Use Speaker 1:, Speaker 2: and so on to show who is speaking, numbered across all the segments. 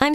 Speaker 1: I'm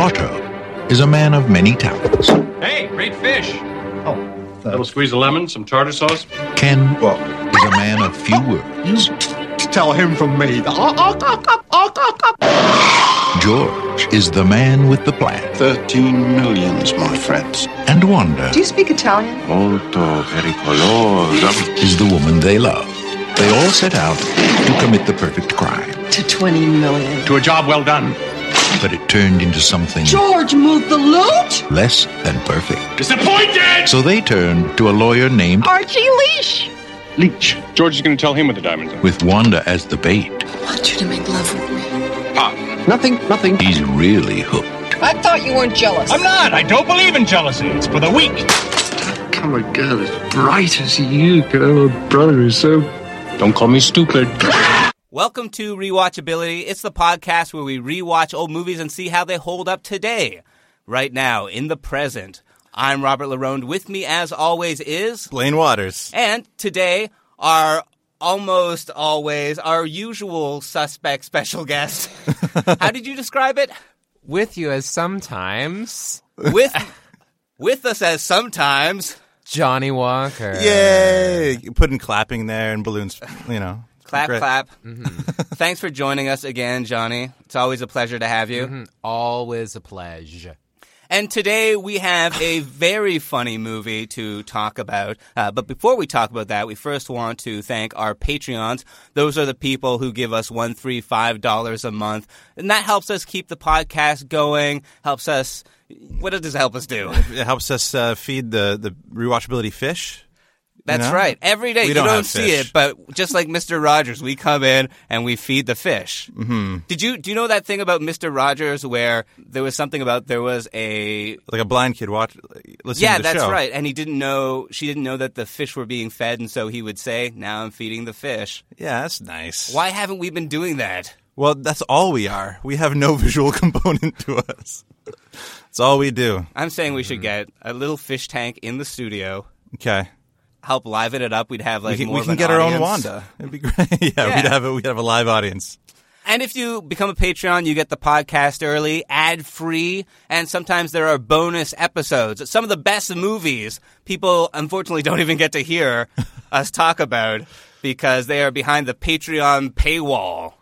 Speaker 2: Otto is a man of many talents.
Speaker 3: Hey, great fish.
Speaker 4: Oh,
Speaker 3: Little squeeze of lemon, some tartar sauce.
Speaker 2: Ken is a man of few words.
Speaker 4: tell him from me.
Speaker 2: George is the man with the plan.
Speaker 5: 13 millions, my friends.
Speaker 2: And Wanda
Speaker 6: Do you speak Italian?
Speaker 5: Molto pericoloso.
Speaker 2: is the woman they love. They all set out to commit the perfect crime,
Speaker 6: To 20 million.
Speaker 3: To a job well done.
Speaker 2: but it turned into something
Speaker 6: George, move the loot!
Speaker 2: less than perfect.
Speaker 3: Disappointed!
Speaker 2: So they turned to a lawyer named
Speaker 6: Archie Leash!
Speaker 3: Leech. George is going to tell him what the diamonds are.
Speaker 2: with Wanda as the bait.
Speaker 6: I want you to make love with me.
Speaker 4: Nothing, nothing.
Speaker 2: He's really hooked.
Speaker 6: I thought you weren't jealous.
Speaker 3: I'm not. I don't believe in jealousy. It's for the weak.
Speaker 5: Come a girl as bright as you, girl. Brother is so. Don't call me stupid.
Speaker 7: Welcome to Rewatchability. It's the podcast where we rewatch old movies and see how they hold up today, right now, in the present. I'm Robert Larone. With me, as always, is
Speaker 8: Blaine Waters.
Speaker 7: and today our almost always our usual suspect special guest. how did you describe it?
Speaker 9: with you as sometimes
Speaker 7: With with us as sometimes
Speaker 9: Johnny Walker.
Speaker 8: Yay! Putting clapping there and balloons, you know.
Speaker 7: clap
Speaker 8: Great. Mm-hmm.
Speaker 7: clap. Thanks for joining us again, Johnny. It's always a pleasure to have you.
Speaker 9: Hmm, Always a pleasure.
Speaker 7: And today we have a very funny movie to talk about. Uh, but before we talk about that, we first want to thank our Patreons. Those are the people who give us one, three, five dollars a month, and that helps us keep the podcast going. Helps us. What does it help us do?
Speaker 8: It helps us uh, feed the, the rewatchability fish.
Speaker 7: That's
Speaker 8: know?
Speaker 7: right. Every day
Speaker 8: We
Speaker 7: you
Speaker 8: don't
Speaker 7: don't,
Speaker 8: have
Speaker 7: see
Speaker 8: fish.
Speaker 7: it, but just like Mister Rogers, we come in and we feed the fish. Mm-hmm. Did you do you know that thing about Mister Rogers where there was something about there was a
Speaker 8: Like a blind kid watch, listening
Speaker 7: yeah,
Speaker 8: to the
Speaker 7: that's
Speaker 8: show.
Speaker 7: right. And he didn't know she didn't know that the fish were being fed, and so he would say, "Now I'm feeding the fish."
Speaker 8: Yeah, that's nice.
Speaker 7: Why haven't we been doing that?
Speaker 8: Well, that's all we are. We have no visual component to us. That's all we do.
Speaker 7: I'm saying we should
Speaker 8: Mm-hmm.
Speaker 7: get a little fish tank in the studio,
Speaker 8: Okay.
Speaker 7: help liven it up. We'd have
Speaker 8: we
Speaker 7: like
Speaker 8: can,
Speaker 7: more
Speaker 8: we
Speaker 7: of
Speaker 8: can
Speaker 7: an
Speaker 8: get our own
Speaker 7: audience.
Speaker 8: Wanda. It'd be great. yeah, we'd have a, we'd have a live audience.
Speaker 7: And if you become a Patreon, you get the podcast early, ad free, and sometimes there are bonus episodes. Some of the best movies people unfortunately don't even get to hear us talk about because they are behind the Patreon paywall.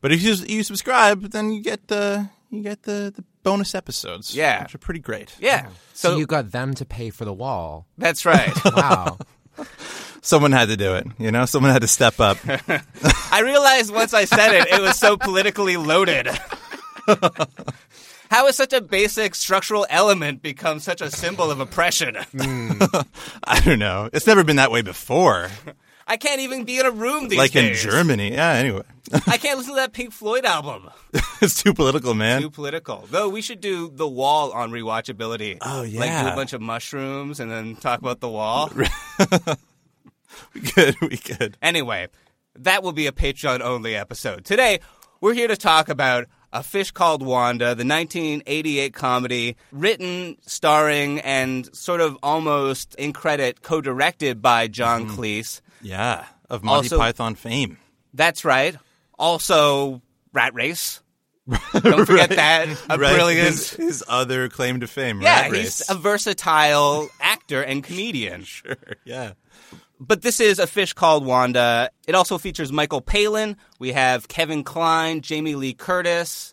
Speaker 8: But if you you subscribe, then you get the you get the, the bonus episodes.
Speaker 7: Yeah.
Speaker 8: which are pretty great.
Speaker 7: Yeah.
Speaker 9: So,
Speaker 7: So,
Speaker 9: you got them to pay for the wall.
Speaker 7: that's right.
Speaker 9: Wow.
Speaker 8: Someone had to do it. You know, someone had to step up.
Speaker 7: I realized once I said it, it was so politically loaded. How has such a basic structural element become such a symbol of oppression?
Speaker 8: I don't know. It's never been that way before.
Speaker 7: I can't even be in a room these
Speaker 8: like in
Speaker 7: days.
Speaker 8: Germany. Yeah, anyway.
Speaker 7: I can't listen to that Pink Floyd album.
Speaker 8: it's too political, man.
Speaker 7: Too political. Though we should do The Wall on rewatchability.
Speaker 8: Oh,
Speaker 7: Like do a
Speaker 8: yeah.
Speaker 7: bunch of mushrooms and then talk about The Wall.
Speaker 8: we could. We could.
Speaker 7: Anyway, that will be a Patreon only episode. Today, we're here to talk about A Fish Called Wanda, the 1988 comedy written, starring, and sort of almost in credit co directed by John
Speaker 8: Mm-hmm.
Speaker 7: Cleese.
Speaker 8: Yeah. Of Monty
Speaker 7: Also-
Speaker 8: Python fame.
Speaker 7: That's right. Also, Rat Race. Don't forget that. A
Speaker 8: Right?
Speaker 7: brilliant.
Speaker 8: His, his other claim to fame.
Speaker 7: yeah,
Speaker 8: Rat Race.
Speaker 7: he's a versatile actor and comedian. Sure.
Speaker 8: yeah.
Speaker 7: But this is A Fish Called Wanda. It also features Michael Palin. We have Kevin Kline, Jamie Lee Curtis,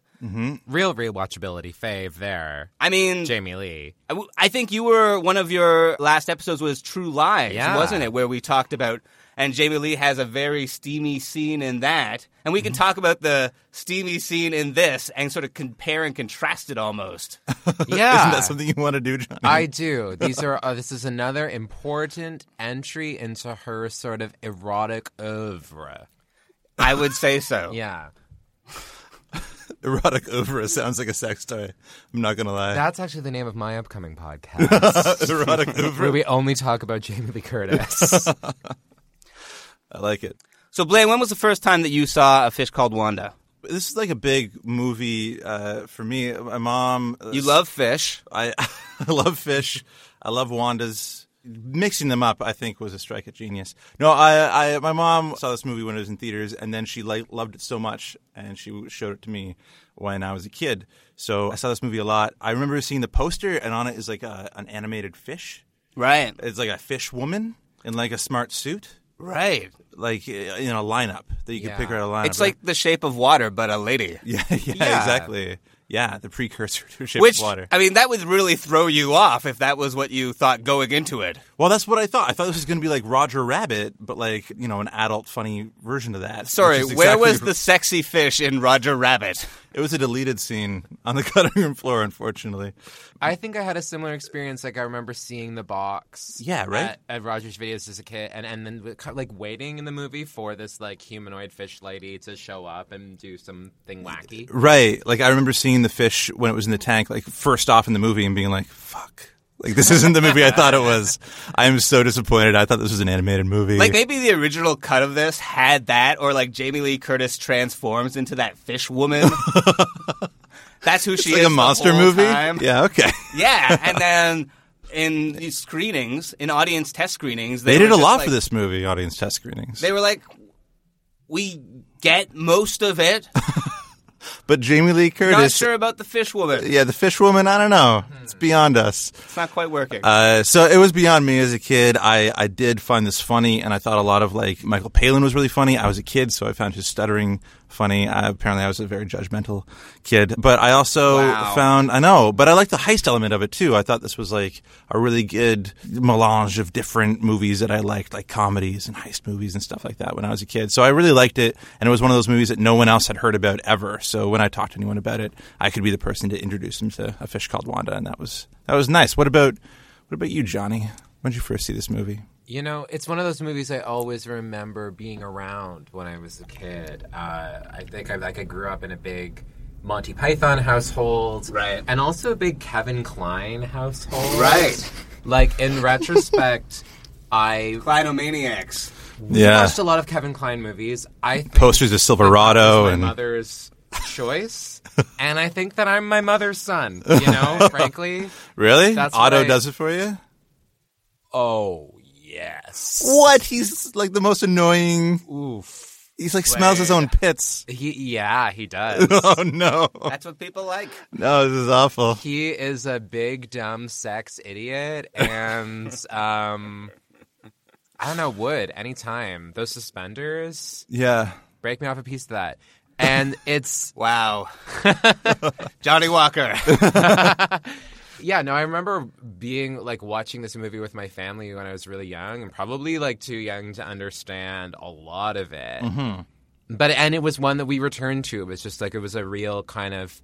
Speaker 9: Real rewatchability fave there.
Speaker 7: I mean,
Speaker 9: Jamie Lee.
Speaker 7: I w- I think you were one of your last episodes was True Lies,
Speaker 9: Yeah.
Speaker 7: wasn't it? Where we talked about, and Jamie Lee has a very steamy scene in that, and we can
Speaker 9: Mm-hmm.
Speaker 7: talk about the steamy scene in this and sort of compare and contrast it almost.
Speaker 9: Yeah.
Speaker 8: Isn't that something you want to do, Johnny?
Speaker 9: I do. These are uh, this is another important entry into her sort of erotic oeuvre.
Speaker 7: I would say so.
Speaker 9: Yeah.
Speaker 8: Erotic Oeuvre sounds like a sex toy. I'm not going to lie.
Speaker 9: That's actually the name of my upcoming podcast.
Speaker 8: Erotic Oeuvre.
Speaker 9: where we only talk about Jamie Lee Curtis.
Speaker 8: I like it.
Speaker 7: So Blaine, when was the first time that you saw a fish called Wanda?
Speaker 8: This is like a big movie uh, for me. My mom. uh,
Speaker 7: You love fish.
Speaker 8: I, I love fish. I love Wanda's. Mixing them up, I think, was a strike of genius. No, I, I, my mom saw this movie when it was in theaters, and then she like loved it so much, and she showed it to me when I was a kid. So I saw this movie a lot. I remember seeing the poster, and on it is like a, an animated fish.
Speaker 7: Right.
Speaker 8: It's like a fish woman in like a smart suit,
Speaker 7: Right.
Speaker 8: like uh, in a lineup that you could pick her out of a lineup.
Speaker 7: It's like the shape of water, but a lady.
Speaker 8: yeah, yeah, exactly. Yeah, the precursor to Shape
Speaker 7: Which
Speaker 8: of Water.
Speaker 7: I mean, that would really throw you off if that was what you thought going into it.
Speaker 8: Well, that's what I thought. I thought this was going to be like Roger Rabbit, but like you know, an adult funny version of that.
Speaker 7: Sorry,
Speaker 8: which is
Speaker 7: where
Speaker 8: exactly-
Speaker 7: was the sexy fish in Roger Rabbit?
Speaker 8: It was a deleted scene on the cutting room floor, unfortunately.
Speaker 9: I think I had a similar experience. Like I remember seeing the box.
Speaker 8: Yeah, right?
Speaker 9: At, at Rogers Videos as a kid, and and then kind of, like waiting in the movie for this like humanoid fish lady to show up and do something wacky.
Speaker 8: Right, like I remember seeing the fish when it was in the tank, like first off in the movie, and being like, "Fuck." Like this isn't the movie I thought it was. I am so disappointed. I thought this was an animated movie.
Speaker 7: Like maybe the original cut of this had that, or like Jamie Lee Curtis transforms into that fish woman. That's who she
Speaker 8: It's like
Speaker 7: is.
Speaker 8: a
Speaker 7: the
Speaker 8: monster
Speaker 7: whole
Speaker 8: movie.
Speaker 7: time.
Speaker 8: Yeah, okay.
Speaker 7: Yeah, and then in these screenings, in audience test screenings, they,
Speaker 8: They, did
Speaker 7: were
Speaker 8: a
Speaker 7: just
Speaker 8: lot
Speaker 7: like-
Speaker 8: for this movie, audience test screenings.
Speaker 7: They were like, "We get most of it.
Speaker 8: but Jamie Lee Curtis,
Speaker 7: Not sure about the fish woman.
Speaker 8: yeah, the fish woman. I don't know. It's beyond us.
Speaker 7: It's not quite working."
Speaker 8: Uh, so it was beyond me as a kid. I, I did find this funny, and I thought a lot of like Michael Palin was really funny. I was a kid, so I found his stuttering funny. I, apparently, I was a very judgmental kid, but I also
Speaker 7: Wow.
Speaker 8: found I know, but I liked the heist element of it too. I thought this was like a really good melange of different movies that I liked, like comedies and heist movies and stuff like that when I was a kid. So I really liked it, and it was one of those movies that no one else had heard about ever. So when I talked to anyone about it, I could be the person to introduce them to a fish called Wanda, and that was that was nice. What about what about you, Johnny? When did you first see this movie?
Speaker 9: You know, it's one of those movies I always remember being around when I was a kid. Uh, I think I like I grew up in a big Monty Python household,
Speaker 7: Right.
Speaker 9: and also a big Kevin Klein household,
Speaker 7: Right.
Speaker 9: Like in retrospect, I
Speaker 7: Clinomaniacs.
Speaker 8: Yeah,
Speaker 9: watched a lot of Kevin Klein movies. I think
Speaker 8: posters of Silverado
Speaker 9: my
Speaker 8: and
Speaker 9: mother's choice, and I think that I'm my mother's son. You know, frankly.
Speaker 8: really,
Speaker 9: That's
Speaker 8: Otto
Speaker 9: what I-
Speaker 8: does it for you.
Speaker 9: Oh yes.
Speaker 8: What? He's like the most annoying.
Speaker 9: Oof.
Speaker 8: He's like smells his own pits.
Speaker 9: He, yeah, he does.
Speaker 8: Oh no!
Speaker 7: That's what people like.
Speaker 8: No, this is awful.
Speaker 9: He is a big dumb sex idiot, and um, I don't know. Would anytime those suspenders
Speaker 8: Yeah.
Speaker 9: break me off a piece of that? And it's
Speaker 7: Wow. Johnny Walker.
Speaker 9: yeah. No, I remember being like watching this movie with my family when I was really young, and probably like too young to understand a lot of it.
Speaker 7: Mm-hmm.
Speaker 9: But and it was one that we returned to. It was just like it was a real kind of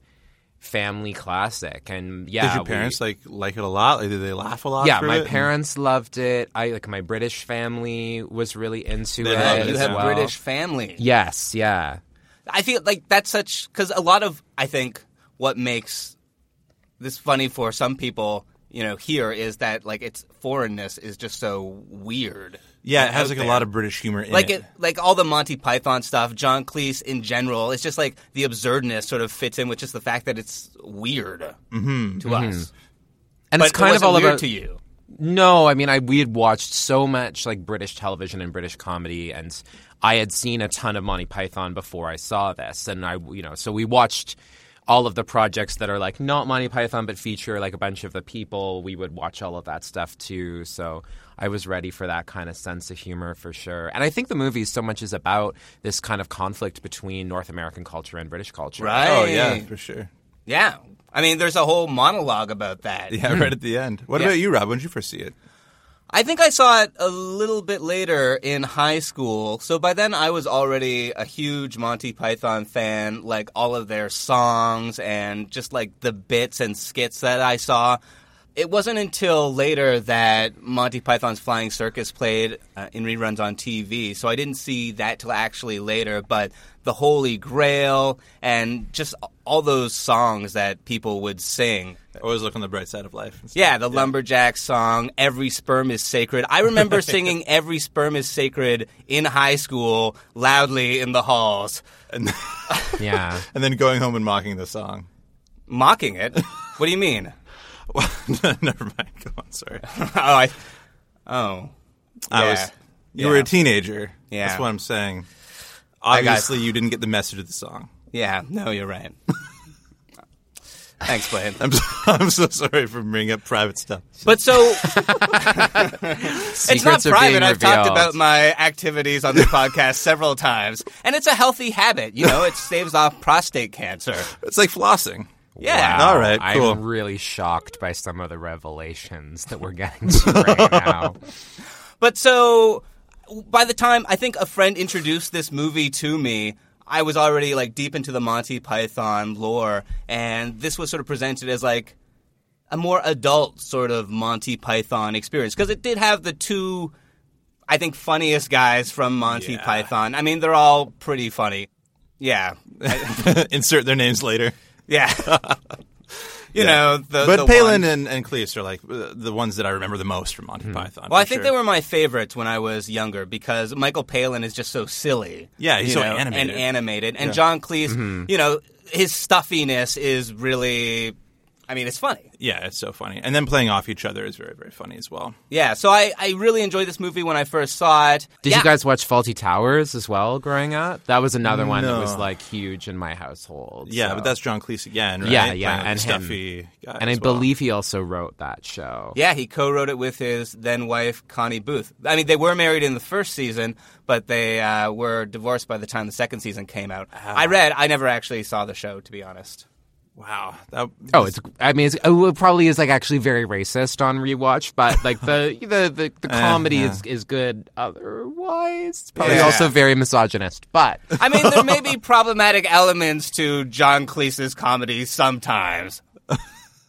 Speaker 9: family classic. And yeah,
Speaker 8: Did your
Speaker 9: we-
Speaker 8: parents like like it a lot? Like, did they laugh a lot?
Speaker 9: yeah,
Speaker 8: through
Speaker 9: my
Speaker 8: it?
Speaker 9: parents loved it. I like my British family was really into
Speaker 8: They
Speaker 9: it.
Speaker 8: love it
Speaker 9: as
Speaker 7: you have
Speaker 9: well.
Speaker 7: British family.
Speaker 9: Yes, yeah.
Speaker 7: I feel like that's such because a lot of I think what makes this funny for some people, you know, here is that like its foreignness is just so weird.
Speaker 8: Yeah, it has like a lot of British humor in
Speaker 7: Like it, like all the Monty Python stuff, John Cleese in general. It's just like the absurdness sort of fits in with just the fact that it's weird to us.
Speaker 9: And
Speaker 7: But
Speaker 9: it's kind
Speaker 7: it
Speaker 9: of
Speaker 7: wasn't
Speaker 9: all
Speaker 7: weird
Speaker 9: about
Speaker 7: to you.
Speaker 9: No, I mean, I we had watched so much like British television and British comedy, and I had seen a ton of Monty Python before I saw this, and I, you know, so we watched all of the projects that are like not Monty Python but feature like a bunch of the people. We would watch all of that stuff too. So I was ready for that kind of sense of humor for sure. And I think the movie so much is about this kind of conflict between North American culture and British culture.
Speaker 7: Right.
Speaker 8: Oh yeah, for sure.
Speaker 7: Yeah. I mean, there's a whole monologue about that.
Speaker 8: Yeah, right at the end. What
Speaker 7: Hmm. Yeah.
Speaker 8: about you, Rob? When did you first see it?
Speaker 7: I think I saw it a little bit later in high school. So by then I was already a huge Monty Python fan, like all of their songs and just like the bits and skits that I saw. It wasn't until later that Monty Python's Flying Circus played uh, in reruns on TV. So I didn't see that till actually later, but the Holy Grail and just all those songs that people would sing.
Speaker 8: Always look on the bright side of life. and stuff.
Speaker 7: Yeah, the lumberjack song, Every Sperm is Sacred. I remember singing Every Sperm is Sacred in high school loudly in the halls,
Speaker 9: Yeah.
Speaker 8: And then going home and mocking the song.
Speaker 7: mocking it. What do you mean?
Speaker 8: Well, never mind. Go on. Sorry.
Speaker 7: Oh, I, oh.
Speaker 8: I
Speaker 7: Yeah.
Speaker 8: was. You were
Speaker 7: Yeah.
Speaker 8: a teenager.
Speaker 7: Yeah.
Speaker 8: That's what I'm saying.
Speaker 7: got-
Speaker 8: Obviously, you didn't get the message of the song.
Speaker 7: Yeah, no, you're right. Thanks, Blaine.
Speaker 8: I'm so, I'm so sorry for bringing up private stuff.
Speaker 7: But so it's not
Speaker 9: Secrets are being
Speaker 7: private. I've talked
Speaker 9: revealed.
Speaker 7: about my activities on the podcast several times, and it's a healthy habit. You know, it saves off prostate cancer.
Speaker 8: It's like flossing.
Speaker 7: Yeah.
Speaker 8: All right. Cool.
Speaker 9: I'm really shocked by some of the revelations that we're getting to right now.
Speaker 7: But so by the time I think a friend introduced this movie to me, I was already like deep into the Monty Python lore, and this was sort of presented as like a more adult sort of Monty Python experience because it did have the two, I think, funniest guys from Monty Python. I mean, they're all pretty funny. Yeah,
Speaker 8: Insert their names later.
Speaker 7: yeah. you know, the,
Speaker 8: but
Speaker 7: the
Speaker 8: Palin
Speaker 7: one-
Speaker 8: and, and Cleese are like uh, the ones that I remember the most from
Speaker 9: Hmm.
Speaker 8: Monty Python.
Speaker 7: Well, I
Speaker 8: for
Speaker 7: think
Speaker 8: sure.
Speaker 7: they were my favorites when I was younger because Michael Palin is just so silly.
Speaker 8: Yeah, he's
Speaker 7: you
Speaker 8: so
Speaker 7: know,
Speaker 8: animated. Mm-hmm.
Speaker 7: and animated, and John Cleese, you know, his stuffiness is really. I mean, it's funny.
Speaker 8: Yeah, it's so funny. And then playing off each other is very, very funny as well.
Speaker 7: Yeah, so I, I really enjoyed this movie when I first saw it.
Speaker 9: Did
Speaker 7: Yeah.
Speaker 9: you guys watch Faulty Towers as well growing up? That was another one that was like huge in my household.
Speaker 8: Yeah,
Speaker 9: so-
Speaker 7: uh,
Speaker 8: but that's John Cleese again, right?
Speaker 9: yeah, yeah,
Speaker 8: Playing the
Speaker 9: and him.
Speaker 8: stuffy guy
Speaker 9: and I
Speaker 8: as well.
Speaker 9: believe he also wrote that show.
Speaker 7: Yeah, he co-wrote it with his then wife Connie Booth. I mean, they were married in the first season, but they uh, were divorced by the time the second season came out.
Speaker 8: Ah.
Speaker 7: I read. I never actually saw the show, to be honest.
Speaker 8: Wow, that
Speaker 9: Oh, it's. I mean, it's, it probably is like actually very racist on rewatch, but like the the the, the comedy
Speaker 8: Uh-huh.
Speaker 9: is is good. Otherwise, it's probably
Speaker 7: Yeah.
Speaker 9: also very misogynist. But
Speaker 7: I mean, there may be problematic elements to John Cleese's comedy sometimes.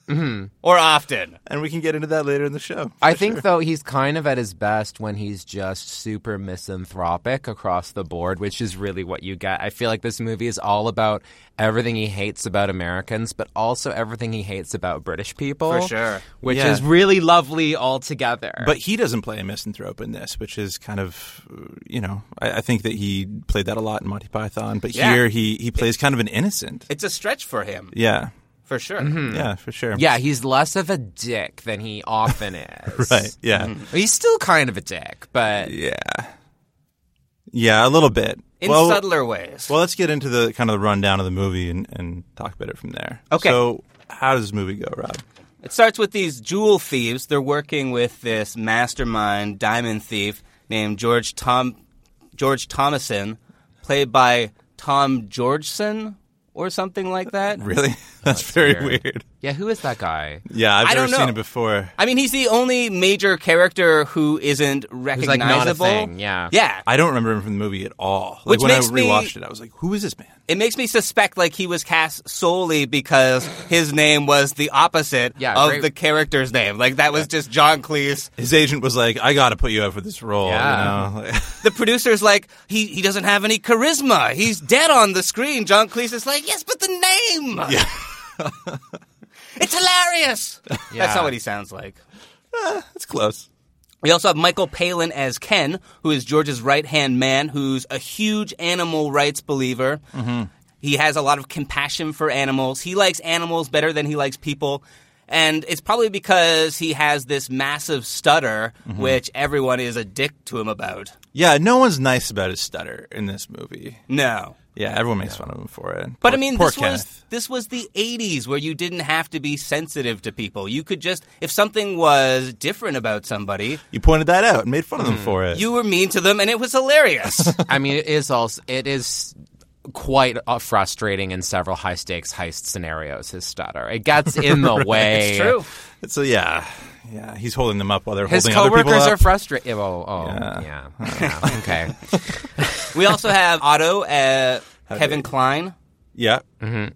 Speaker 9: Mm-hmm.
Speaker 7: Or often.
Speaker 8: and we can get into that later in the show.
Speaker 9: I think though he's kind of at his best when he's just super misanthropic across the board, which is really what you get. I feel like this movie is all about everything he hates about Americans, but also everything he hates about British people.
Speaker 7: For sure.
Speaker 9: Which
Speaker 8: Yeah.
Speaker 9: is really lovely altogether.
Speaker 8: But he doesn't play a misanthrope in this, which is kind of, uh, you know, I, I think that he played that a lot in Monty Python, but
Speaker 7: Yeah.
Speaker 8: here he, he plays kind of an innocent.
Speaker 7: It's a stretch for him,
Speaker 8: yeah,
Speaker 7: for sure.
Speaker 9: Mm-hmm.
Speaker 8: yeah, for sure.
Speaker 9: Hmm. yeah, he's less of a dick than he often is.
Speaker 8: Right, yeah.
Speaker 9: He's still kind of a dick, but
Speaker 8: Yeah. Yeah, a little bit.
Speaker 7: In
Speaker 8: well,
Speaker 7: subtler ways.
Speaker 8: well, let's get into the kind of the rundown of the movie and, and talk about it from there.
Speaker 7: Okay.
Speaker 8: So, how does this movie go, Rob?
Speaker 7: It starts with these jewel thieves. They're working with this mastermind diamond thief named George Tom George Thomason, played by Tom Georgeson or something like that.
Speaker 8: Really? That's, very weird.
Speaker 9: yeah, who is that guy?
Speaker 8: Yeah, I've
Speaker 7: I
Speaker 8: never
Speaker 7: don't
Speaker 8: seen
Speaker 7: know.
Speaker 8: it before.
Speaker 7: I mean, he's the only major character who isn't
Speaker 9: like, not a
Speaker 7: recognizable.
Speaker 9: thing, yeah.
Speaker 7: yeah.
Speaker 8: I don't remember him from the movie at all. Like
Speaker 7: Which
Speaker 8: when I
Speaker 7: makes me-
Speaker 8: rewatched it, I was like, "Who is this man?"
Speaker 7: it makes me suspect like he was cast solely because his name was the opposite
Speaker 9: Yeah,
Speaker 7: of
Speaker 9: great-
Speaker 7: the character's name. Like that was just John Cleese.
Speaker 8: His agent was like, "I got to put you up for this role."
Speaker 9: Yeah.
Speaker 8: You know? Like-
Speaker 7: The producer's like, he he doesn't have any charisma. He's dead on the screen. John Cleese is like, yes, but the name. Yeah. it's hilarious. That's not what he sounds like.
Speaker 8: That's close.
Speaker 7: We also have Michael Palin as Ken, who is George's right hand man, who's a huge animal rights believer.
Speaker 8: Mm-hmm.
Speaker 7: He has a lot of compassion for animals. He likes animals better than he likes people. And it's probably because he has this massive stutter,
Speaker 8: Mm-hmm.
Speaker 7: which everyone is a dick to him about.
Speaker 8: Yeah, no one's nice about his stutter in this movie.
Speaker 7: No.
Speaker 8: Yeah, everyone makes fun of him for it.
Speaker 7: But
Speaker 8: Poor-
Speaker 7: I mean,
Speaker 8: poor
Speaker 7: this
Speaker 8: Kenneth.
Speaker 7: was this was the '80s where you didn't have to be sensitive to people. You could just, if something was different about somebody,
Speaker 8: you pointed that out and made fun of them for it.
Speaker 7: you were mean to them, and it was hilarious.
Speaker 9: I mean, it is also it is quite uh, frustrating in several high stakes heist scenarios. His stutter it gets in the way.
Speaker 7: it's true.
Speaker 8: so yeah, yeah, he's holding them up while they're
Speaker 9: His
Speaker 8: holding other people
Speaker 9: coworkers
Speaker 8: up.
Speaker 9: are frustrated. Oh, oh, yeah. yeah. okay.
Speaker 7: We also have Otto, uh, Kevin Klein,
Speaker 8: yeah,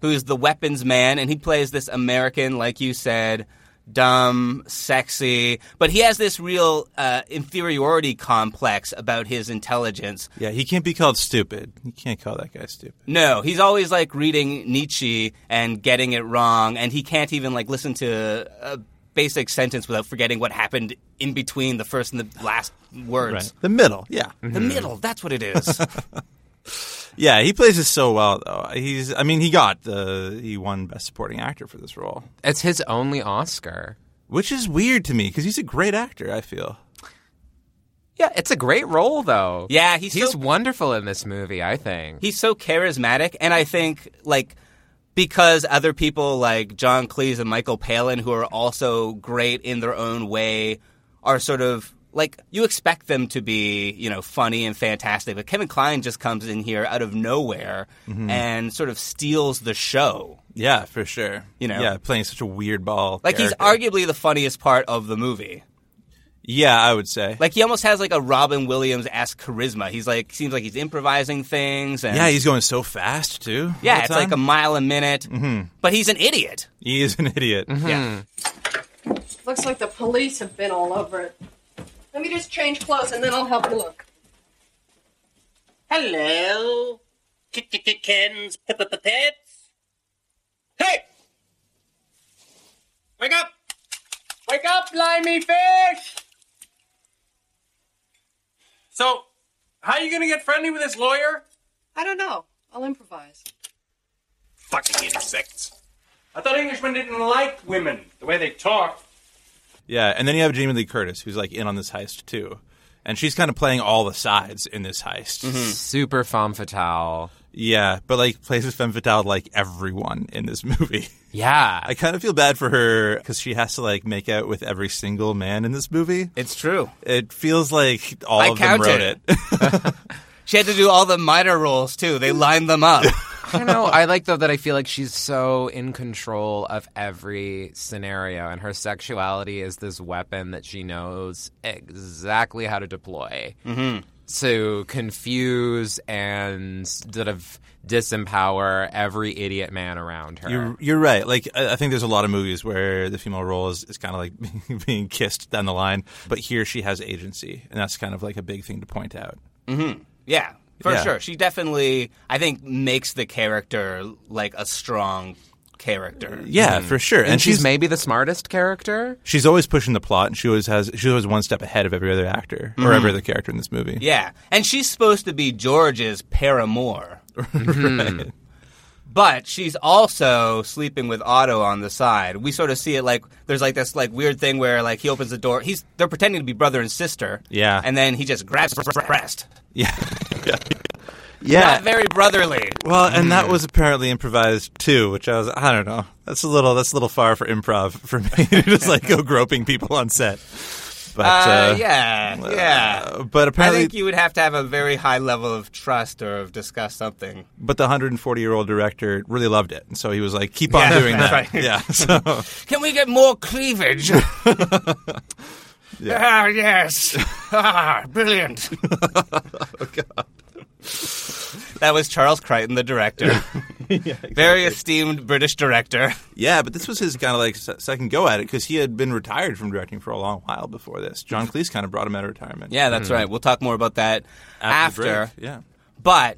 Speaker 7: who's the weapons man, and he plays this American, like you said, dumb, sexy, but he has this real uh, inferiority complex about his intelligence.
Speaker 8: yeah. He can't be called stupid. You can't call that guy stupid.
Speaker 7: No, he's always like reading Nietzsche and getting it wrong, and he can't even like listen to a basic sentence without forgetting what happened in between the first and the last words.
Speaker 8: The middle, yeah,
Speaker 7: The middle, that's what it is.
Speaker 8: yeah. He plays this so well, though. He's, I mean, he got the he won best supporting actor for this role,
Speaker 9: It's his only Oscar.
Speaker 8: which is weird to me because he's a great actor. I feel.
Speaker 9: Yeah, it's a great role though.
Speaker 7: yeah, he's
Speaker 9: he's
Speaker 7: so
Speaker 9: wonderful in this movie. I think.
Speaker 7: he's so charismatic and i think like because other people like john cleese and michael palin who are also great in their own way are sort of like you expect them to be you know funny and fantastic but kevin klein just comes in here out of nowhere
Speaker 8: Mm-hmm.
Speaker 7: and sort of steals the show
Speaker 8: Yeah, for sure.
Speaker 7: You know?
Speaker 8: yeah, playing such a weird ball.
Speaker 7: like
Speaker 8: character.
Speaker 7: he's arguably the funniest part of the movie
Speaker 8: Yeah, I would say.
Speaker 7: like he almost has like a robin williams esque charisma he's like seems like he's improvising things and
Speaker 8: yeah, he's going so fast too. all
Speaker 7: yeah
Speaker 8: the
Speaker 7: it's
Speaker 8: time. Mm-hmm.
Speaker 7: like a mile a minute but he's an idiot
Speaker 8: he is an idiot.
Speaker 7: yeah
Speaker 6: Looks like the police have been all over it. Let me just change clothes and then I'll help you look.
Speaker 10: Hello, Ken's pets. Hey, wake up! Wake up, limey fish! So, how you gonna get friendly with this lawyer?
Speaker 6: I don't know. I'll improvise.
Speaker 10: Fucking insects! I thought Englishmen didn't like women the way they talk.
Speaker 8: Yeah, and then you have Jamie Lee Curtis, who's like in on this heist too, and she's kind of playing all the sides in this heist.
Speaker 7: Mm-hmm.
Speaker 9: super femme fatale.
Speaker 8: Yeah, but like plays with femme fatale like everyone in this movie.
Speaker 9: Yeah,
Speaker 8: I kind of feel bad for her because she has to like make out with every single man in this movie.
Speaker 7: it's true
Speaker 8: It feels like all
Speaker 7: I
Speaker 8: of them wrote
Speaker 7: counted.
Speaker 8: it.
Speaker 7: She had to do all the minor roles too. They lined them up.
Speaker 9: I don't know. I like though that I feel like she's so in control of every scenario, and her sexuality is this weapon that she knows exactly how to deploy
Speaker 8: Mm-hmm.
Speaker 9: to confuse and sort of disempower every idiot man around her.
Speaker 8: You're, you're right. Like I I think there's a lot of movies where the female role is, is kind of like being kissed down the line, but here she has agency, and that's kind of like a big thing to point out.
Speaker 7: yeah, for
Speaker 8: Yeah.
Speaker 7: sure. She definitely, I think, makes the character like a strong character.
Speaker 8: Yeah, for sure.
Speaker 9: and, she's, maybe the smartest character.
Speaker 8: she's always pushing the plot, and she always has she's always one step ahead of every other actor or every other character in this movie.
Speaker 7: Yeah, and she's supposed to be George's paramour, but she's also sleeping with Otto on the side. We sort of see it like there's like this like weird thing where like he opens the door. He's they're pretending to be brother and sister.
Speaker 8: Yeah.
Speaker 7: and then he just grabs her breast.
Speaker 8: yeah, yeah.
Speaker 7: Not very brotherly.
Speaker 8: Well, and
Speaker 7: Mm.
Speaker 8: that was apparently improvised too, which I was I don't know. That's a little that's a little far for improv for me to just like go groping people on set. But
Speaker 7: Uh,
Speaker 8: uh,
Speaker 7: yeah,
Speaker 8: uh,
Speaker 7: yeah.
Speaker 8: but apparently,
Speaker 7: I think you would have to have a very high level of trust or of discuss something.
Speaker 8: but the 140 year old director really loved it, and so he was like, "Keep on
Speaker 7: Yeah,
Speaker 8: doing that."
Speaker 7: that's right.
Speaker 8: Yeah. So
Speaker 7: Can we get more cleavage? Ah, yes. Ah, brilliant. Oh, That was Charles Crichton, the director. Very esteemed British director.
Speaker 8: yeah, but this was his kind of like se- second go at it because he had been retired from directing for a long while before this. John Cleese kind of brought him out of retirement.
Speaker 7: Yeah, that's right. We'll talk more about that
Speaker 8: After
Speaker 7: Hmm. after.
Speaker 8: the break, yeah.
Speaker 7: But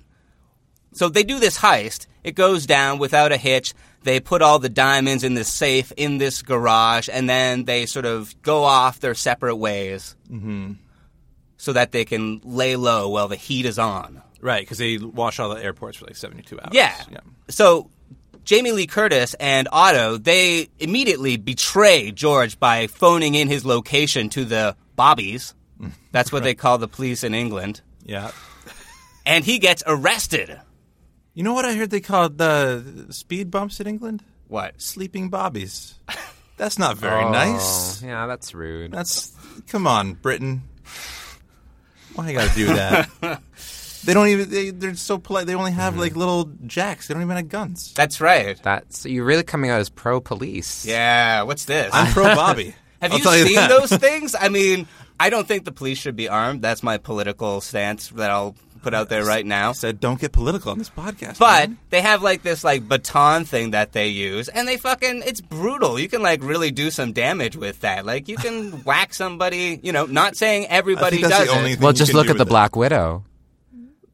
Speaker 7: so they do this heist. It goes down without a hitch. They put all the diamonds in this safe in this garage, and then they sort of go off their separate ways, mm-hmm. so that they can lay low while the heat is on.
Speaker 8: Right, because they wash all the airports for like 72 hours.
Speaker 7: Yeah. So Jamie Lee Curtis and Otto they immediately betray George by phoning in his location to the Bobbies. That's what they call the police in England,
Speaker 8: Yeah.
Speaker 7: and he gets arrested.
Speaker 8: You know what I heard they called the speed bumps in England?
Speaker 7: What?
Speaker 8: Sleeping bobbies. That's not very nice.
Speaker 9: Oh, Yeah, that's rude.
Speaker 8: That's come on, Britain. Why you gotta do that? they don't even. They, they're so polite. They only have
Speaker 7: Mm-hmm.
Speaker 8: like little jacks. They don't even have guns.
Speaker 7: That's right.
Speaker 9: That's you're really coming out as pro police.
Speaker 7: Yeah, what's this?
Speaker 8: I'm pro Bobby.
Speaker 7: Have
Speaker 8: I'll
Speaker 7: you
Speaker 8: tell you
Speaker 7: seen
Speaker 8: that.
Speaker 7: those things? I mean, I don't think the police should be armed. That's my political stance that I'll put out there right now.
Speaker 8: Said don't get political on this podcast.
Speaker 7: But they have like this like baton thing that they use, and they fucking it's brutal. You can like really do some damage with that. Like you can whack somebody. You know, not saying everybody
Speaker 8: that's the
Speaker 7: does
Speaker 8: only
Speaker 7: it.
Speaker 8: thing
Speaker 9: Well,
Speaker 8: you
Speaker 9: just
Speaker 8: can
Speaker 9: look
Speaker 8: do
Speaker 9: at the
Speaker 8: with it.
Speaker 9: Black Widow.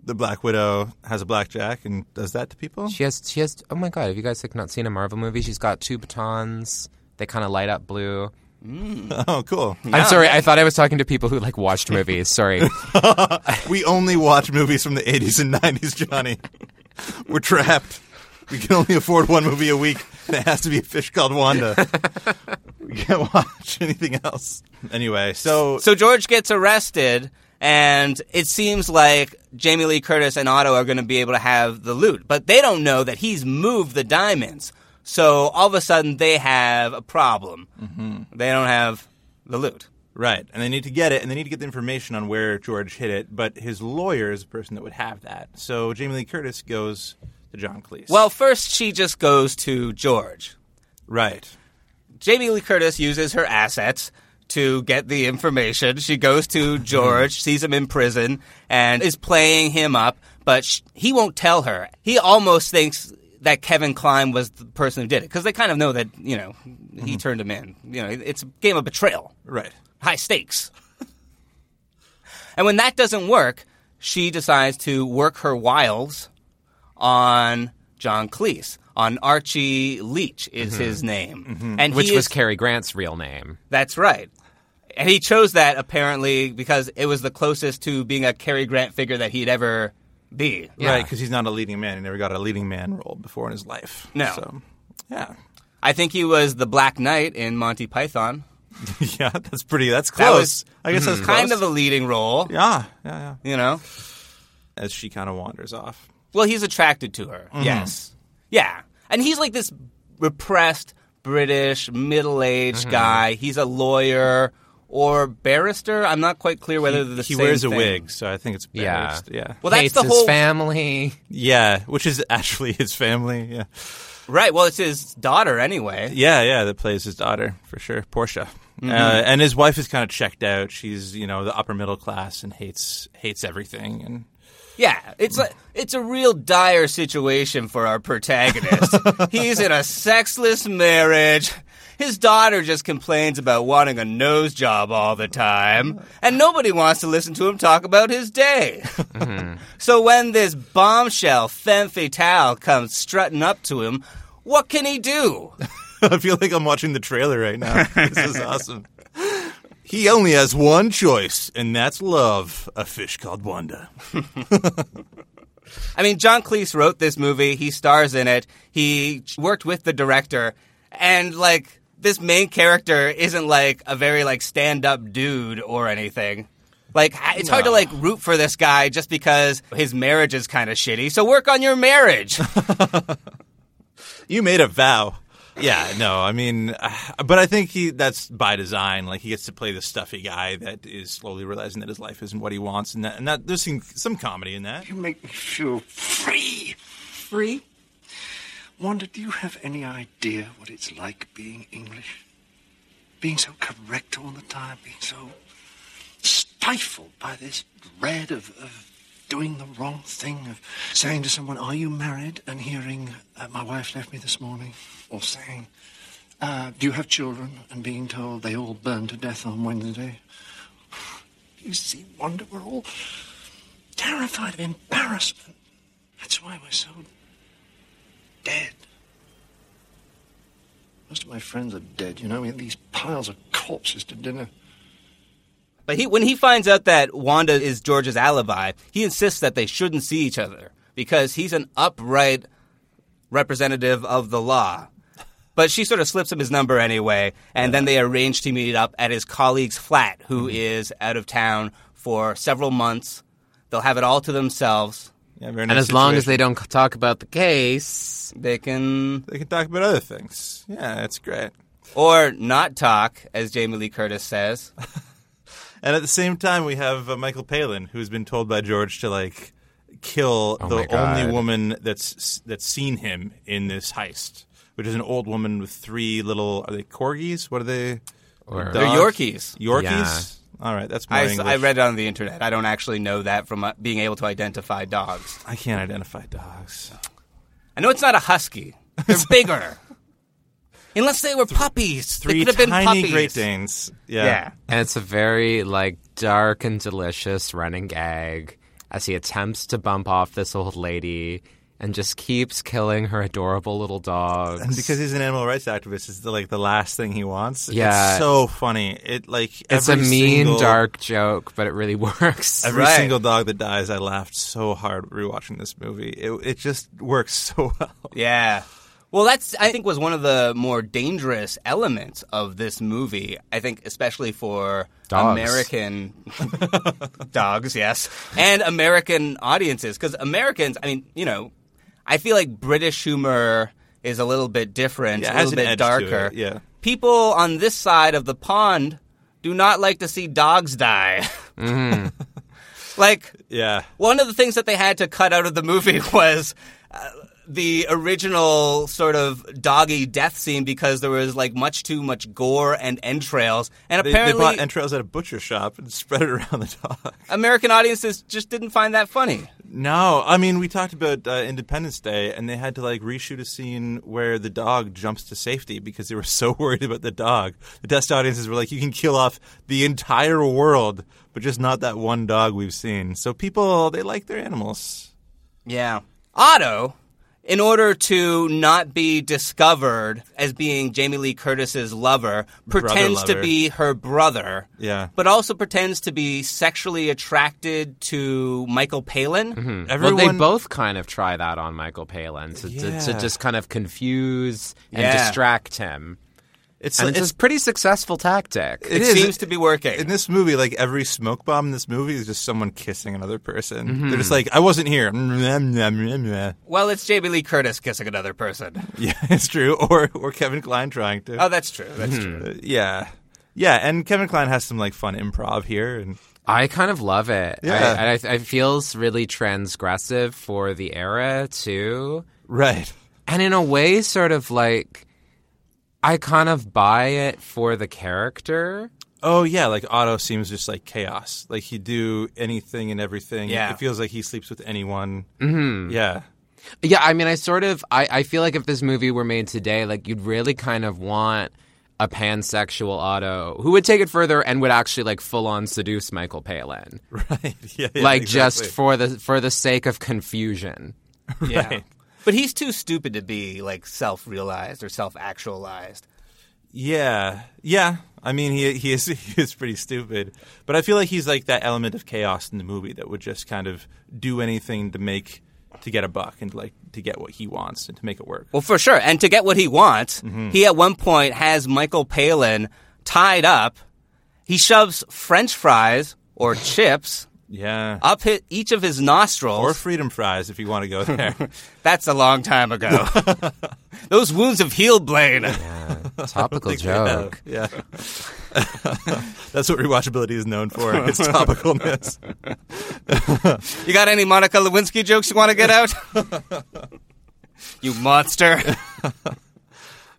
Speaker 8: The Black Widow has a blackjack and does that to people.
Speaker 9: She has. She has. Oh my god! Have you guys like not seen a Marvel movie? She's got two batons. They kind of light up blue.
Speaker 8: Oh, cool.
Speaker 9: I'm sorry. I thought I was talking to people who like watched movies. Sorry.
Speaker 8: We only watch movies from the 80s and 90s, Johnny. We're trapped. We can only afford one movie a week, and it has to be a fish called Wanda. we can't watch anything else. Anyway, so,
Speaker 7: So George gets arrested, and it seems like Jamie Lee Curtis and Otto are going to be able to have the loot, but they don't know that he's moved the diamonds. So all of a sudden, they have a problem. They don't have the loot.
Speaker 8: right, and they need to get it, and they need to get the information on where George hid it, but his lawyer is the person that would have that. So Jamie Lee Curtis goes to John Cleese.
Speaker 7: Well, first she just goes to George.
Speaker 8: right.
Speaker 7: Jamie Lee Curtis uses her assets to get the information. She goes to
Speaker 9: Mm-hmm.
Speaker 7: George, sees him in prison, and is playing him up, but sh- he won't tell her. He almost thinks that Kevin Klein was the person who did it because they kind of know that, you know,
Speaker 9: Mm-hmm.
Speaker 7: he turned him in. You know, it- it's a game of betrayal,
Speaker 8: Right.
Speaker 7: high stakes. and when that doesn't work, she decides to work her wiles on John Cleese. On Archie Leach is his name, and
Speaker 9: Mm-hmm. Which
Speaker 7: he
Speaker 9: was
Speaker 7: is-
Speaker 9: Cary Grant's real name.
Speaker 7: that's right. And he chose that apparently because it was the closest to being a Cary Grant figure that he'd ever be.
Speaker 8: Right, because he's not a leading man. He never got a leading man role before in his life.
Speaker 7: No.
Speaker 8: So, yeah.
Speaker 7: I think he was the Black Knight in Monty Python.
Speaker 8: yeah, that's pretty, that's close.
Speaker 7: That was- Mm-hmm.
Speaker 8: I guess that's close.
Speaker 7: Kind of a leading role,
Speaker 8: Yeah, yeah, yeah.
Speaker 7: you know?
Speaker 8: As she kind of wanders off.
Speaker 7: Well, he's attracted to her.
Speaker 8: Mm-hmm.
Speaker 7: Yes. Yeah. And he's like this repressed British middle aged
Speaker 8: Mm-hmm.
Speaker 7: guy. He's a lawyer or barrister. I'm not quite clear whether they're the
Speaker 8: he
Speaker 7: same
Speaker 8: wears a
Speaker 7: thing.
Speaker 8: wig, so I think it's
Speaker 9: Yeah.
Speaker 8: yeah, yeah,
Speaker 7: Well, that's
Speaker 9: Hates
Speaker 7: the
Speaker 9: his
Speaker 7: whole
Speaker 9: family.
Speaker 8: yeah, which is actually his family. Yeah,
Speaker 7: right. Well, it's his daughter anyway.
Speaker 8: yeah, yeah. That plays his daughter for sure, Portia, uh, and his wife is kind of checked out. She's you know the upper middle class and hates hates everything. And
Speaker 7: Yeah, it's a, it's a real dire situation for our protagonist. He's in a sexless marriage. His daughter just complains about wanting a nose job all the time, and nobody wants to listen to him talk about his day. so when this bombshell femme fatale comes strutting up to him, what can he do?
Speaker 8: I feel like I'm watching the trailer right now. this is awesome. He only has one choice, and that's love. A fish called Wanda.
Speaker 7: I mean, John Cleese wrote this movie. He stars in it. He worked with the director, and like this main character isn't like a very like stand up dude or anything. Like h- it's hard to like root for this guy just because his marriage is kind of shitty. So work on your marriage.
Speaker 8: You made a vow. Yeah, no, I mean, uh, but I think he that's by design. Like he gets to play the stuffy guy that is slowly realizing that his life isn't what he wants, and that, and that there's some, some comedy in that.
Speaker 4: You make me feel free.
Speaker 6: Free?
Speaker 4: Wanda, do you have any idea what it's like being English? Being so correct all the time, being so stifled by this dread of, of doing the wrong thing, of saying to someone, Are you married? and hearing, uh, My wife left me this morning, or saying, uh, Do you have children? and being told they all burned to death on Wednesday. You see, Wanda, we're all terrified of embarrassment. That's why we're so dead. Most of my friends are dead, you know. We had these piles of corpses to dinner.
Speaker 7: but he when he finds out that Wanda is George's alibi, he insists that they shouldn't see each other because he's an upright representative of the law. But she sort of slips him his number anyway, and then they arrange to meet up at his colleague's flat, who is out of town for several months. They'll have it all to themselves.
Speaker 8: Yeah, very
Speaker 9: and
Speaker 8: nice
Speaker 9: as long as
Speaker 8: situation.
Speaker 9: they don't c- talk about the case,
Speaker 7: they can
Speaker 8: they can talk about other things. Yeah, that's great.
Speaker 7: Or not talk, as Jamie Lee Curtis says.
Speaker 8: And at the same time, we have uh, Michael Palin, who's been told by George to like kill
Speaker 9: Oh my
Speaker 8: the
Speaker 9: God.
Speaker 8: only woman that's that's seen him in this heist, which is an old woman with three little are they corgis? What are they?
Speaker 9: Or-
Speaker 7: They're
Speaker 8: Dogs?
Speaker 7: Yorkies.
Speaker 8: Yorkies.
Speaker 9: Yeah.
Speaker 8: All right, that's my
Speaker 7: I, s-
Speaker 8: English.
Speaker 7: I read it on the internet. I don't actually know that from uh, being able to identify dogs.
Speaker 8: I can't identify dogs.
Speaker 7: I know it's not a husky. They're bigger. Unless they were puppies. They
Speaker 8: Three
Speaker 7: could have been
Speaker 8: tiny
Speaker 7: puppies.
Speaker 8: Great Danes. Yeah.
Speaker 7: Yeah.
Speaker 9: and it's a very like dark and delicious running gag as he attempts to bump off this old lady and just keeps killing her adorable little dogs.
Speaker 8: And because he's an animal rights activist, it's the, like the last thing he wants.
Speaker 9: Yeah.
Speaker 8: it's so funny. It like
Speaker 9: it's a
Speaker 8: every
Speaker 9: mean,
Speaker 8: single-
Speaker 9: dark joke, but it really works.
Speaker 8: Every
Speaker 7: Right.
Speaker 8: single dog that dies, I laughed so hard rewatching this movie. It, it just works so well.
Speaker 7: Yeah. Well, that's I think was one of the more dangerous elements of this movie. I think especially for
Speaker 9: Dogs.
Speaker 7: American dogs, yes, and American audiences because Americans, I mean, you know, I feel like British humor is a little bit different,
Speaker 8: Yeah, it
Speaker 7: a
Speaker 8: has
Speaker 7: little
Speaker 8: an
Speaker 7: bit
Speaker 8: edge to
Speaker 7: darker.
Speaker 8: it, yeah.
Speaker 7: People on this side of the pond do not like to see dogs die.
Speaker 8: Mm-hmm.
Speaker 7: like
Speaker 8: Yeah.
Speaker 7: one of the things that they had to cut out of the movie was uh, the original sort of doggy death scene because there was like much too much gore and entrails, and
Speaker 8: They, they
Speaker 7: apparently
Speaker 8: bought entrails at a butcher shop and spread it around the dog.
Speaker 7: American audiences just didn't find that funny.
Speaker 8: No, I mean, we talked about uh, Independence Day, and they had to like reshoot a scene where the dog jumps to safety because they were so worried about the dog. The test audiences were like, you can kill off the entire world, but just not that one dog we've seen. So people, they like their animals.
Speaker 7: Yeah, Otto. In order to not be discovered as being Jamie Lee Curtis's lover, pretends to
Speaker 8: lover.
Speaker 7: be her brother.
Speaker 8: Yeah.
Speaker 7: But also pretends to be sexually attracted to Michael Palin.
Speaker 8: Everyone,
Speaker 9: Mm. well, they both kind of try that on Michael Palin to, to- to,
Speaker 8: Yeah.
Speaker 9: just kind of confuse and
Speaker 7: Yeah.
Speaker 9: distract him.
Speaker 8: it's,
Speaker 9: And it's,
Speaker 8: it's
Speaker 9: a pretty successful tactic.
Speaker 7: It,
Speaker 8: It is.
Speaker 7: seems to be working.
Speaker 8: in this movie, like every smoke bomb in this movie is just someone kissing another person.
Speaker 9: Mm-hmm.
Speaker 8: They're just like, I wasn't here. Yeah,
Speaker 7: Well, it's J.B. Lee Curtis kissing another person.
Speaker 8: it's true. Or or Kevin Klein trying to.
Speaker 7: Oh, that's true. That's true.
Speaker 8: Uh, yeah, yeah. And Kevin Klein has some like fun improv here, and
Speaker 9: I kind of love it.
Speaker 8: Yeah.
Speaker 9: I, I, I feels really transgressive for the era too,
Speaker 8: right.
Speaker 9: and in a way, sort of like I kind of buy it for the character.
Speaker 8: Oh yeah, like Otto seems just like chaos. Like he do anything and everything.
Speaker 7: Yeah.
Speaker 8: it feels like he sleeps with anyone. Mm-hmm. Yeah,
Speaker 9: Yeah, I mean, I sort of, I, I feel like if this movie were made today, like you'd really kind of want a pansexual Otto who would take it further and would actually like full on seduce Michael Palin,
Speaker 8: right. Yeah, yeah,
Speaker 9: like
Speaker 8: exactly.
Speaker 9: just for the for the sake of confusion.
Speaker 7: Yeah. But he's too stupid to be like self-realized or self-actualized.
Speaker 8: Yeah, yeah. I mean, he he is he is pretty stupid, but I feel like he's like that element of chaos in the movie that would just kind of do anything to make to get a buck and like to get what he wants and to make it work.
Speaker 7: Well, for sure. And to get what he wants, he at one point has Michael Palin tied up. He shoves French fries or chips
Speaker 8: Yeah,
Speaker 7: up his, each of his nostrils.
Speaker 8: or freedom fries if you want to go there.
Speaker 7: That's a long time ago. Those wounds have healed, Blaine.
Speaker 9: Topical joke.
Speaker 8: Yeah, that's what rewatchability is known for. It's topicalness.
Speaker 7: You got any Monica Lewinsky jokes you want to get out? you monster.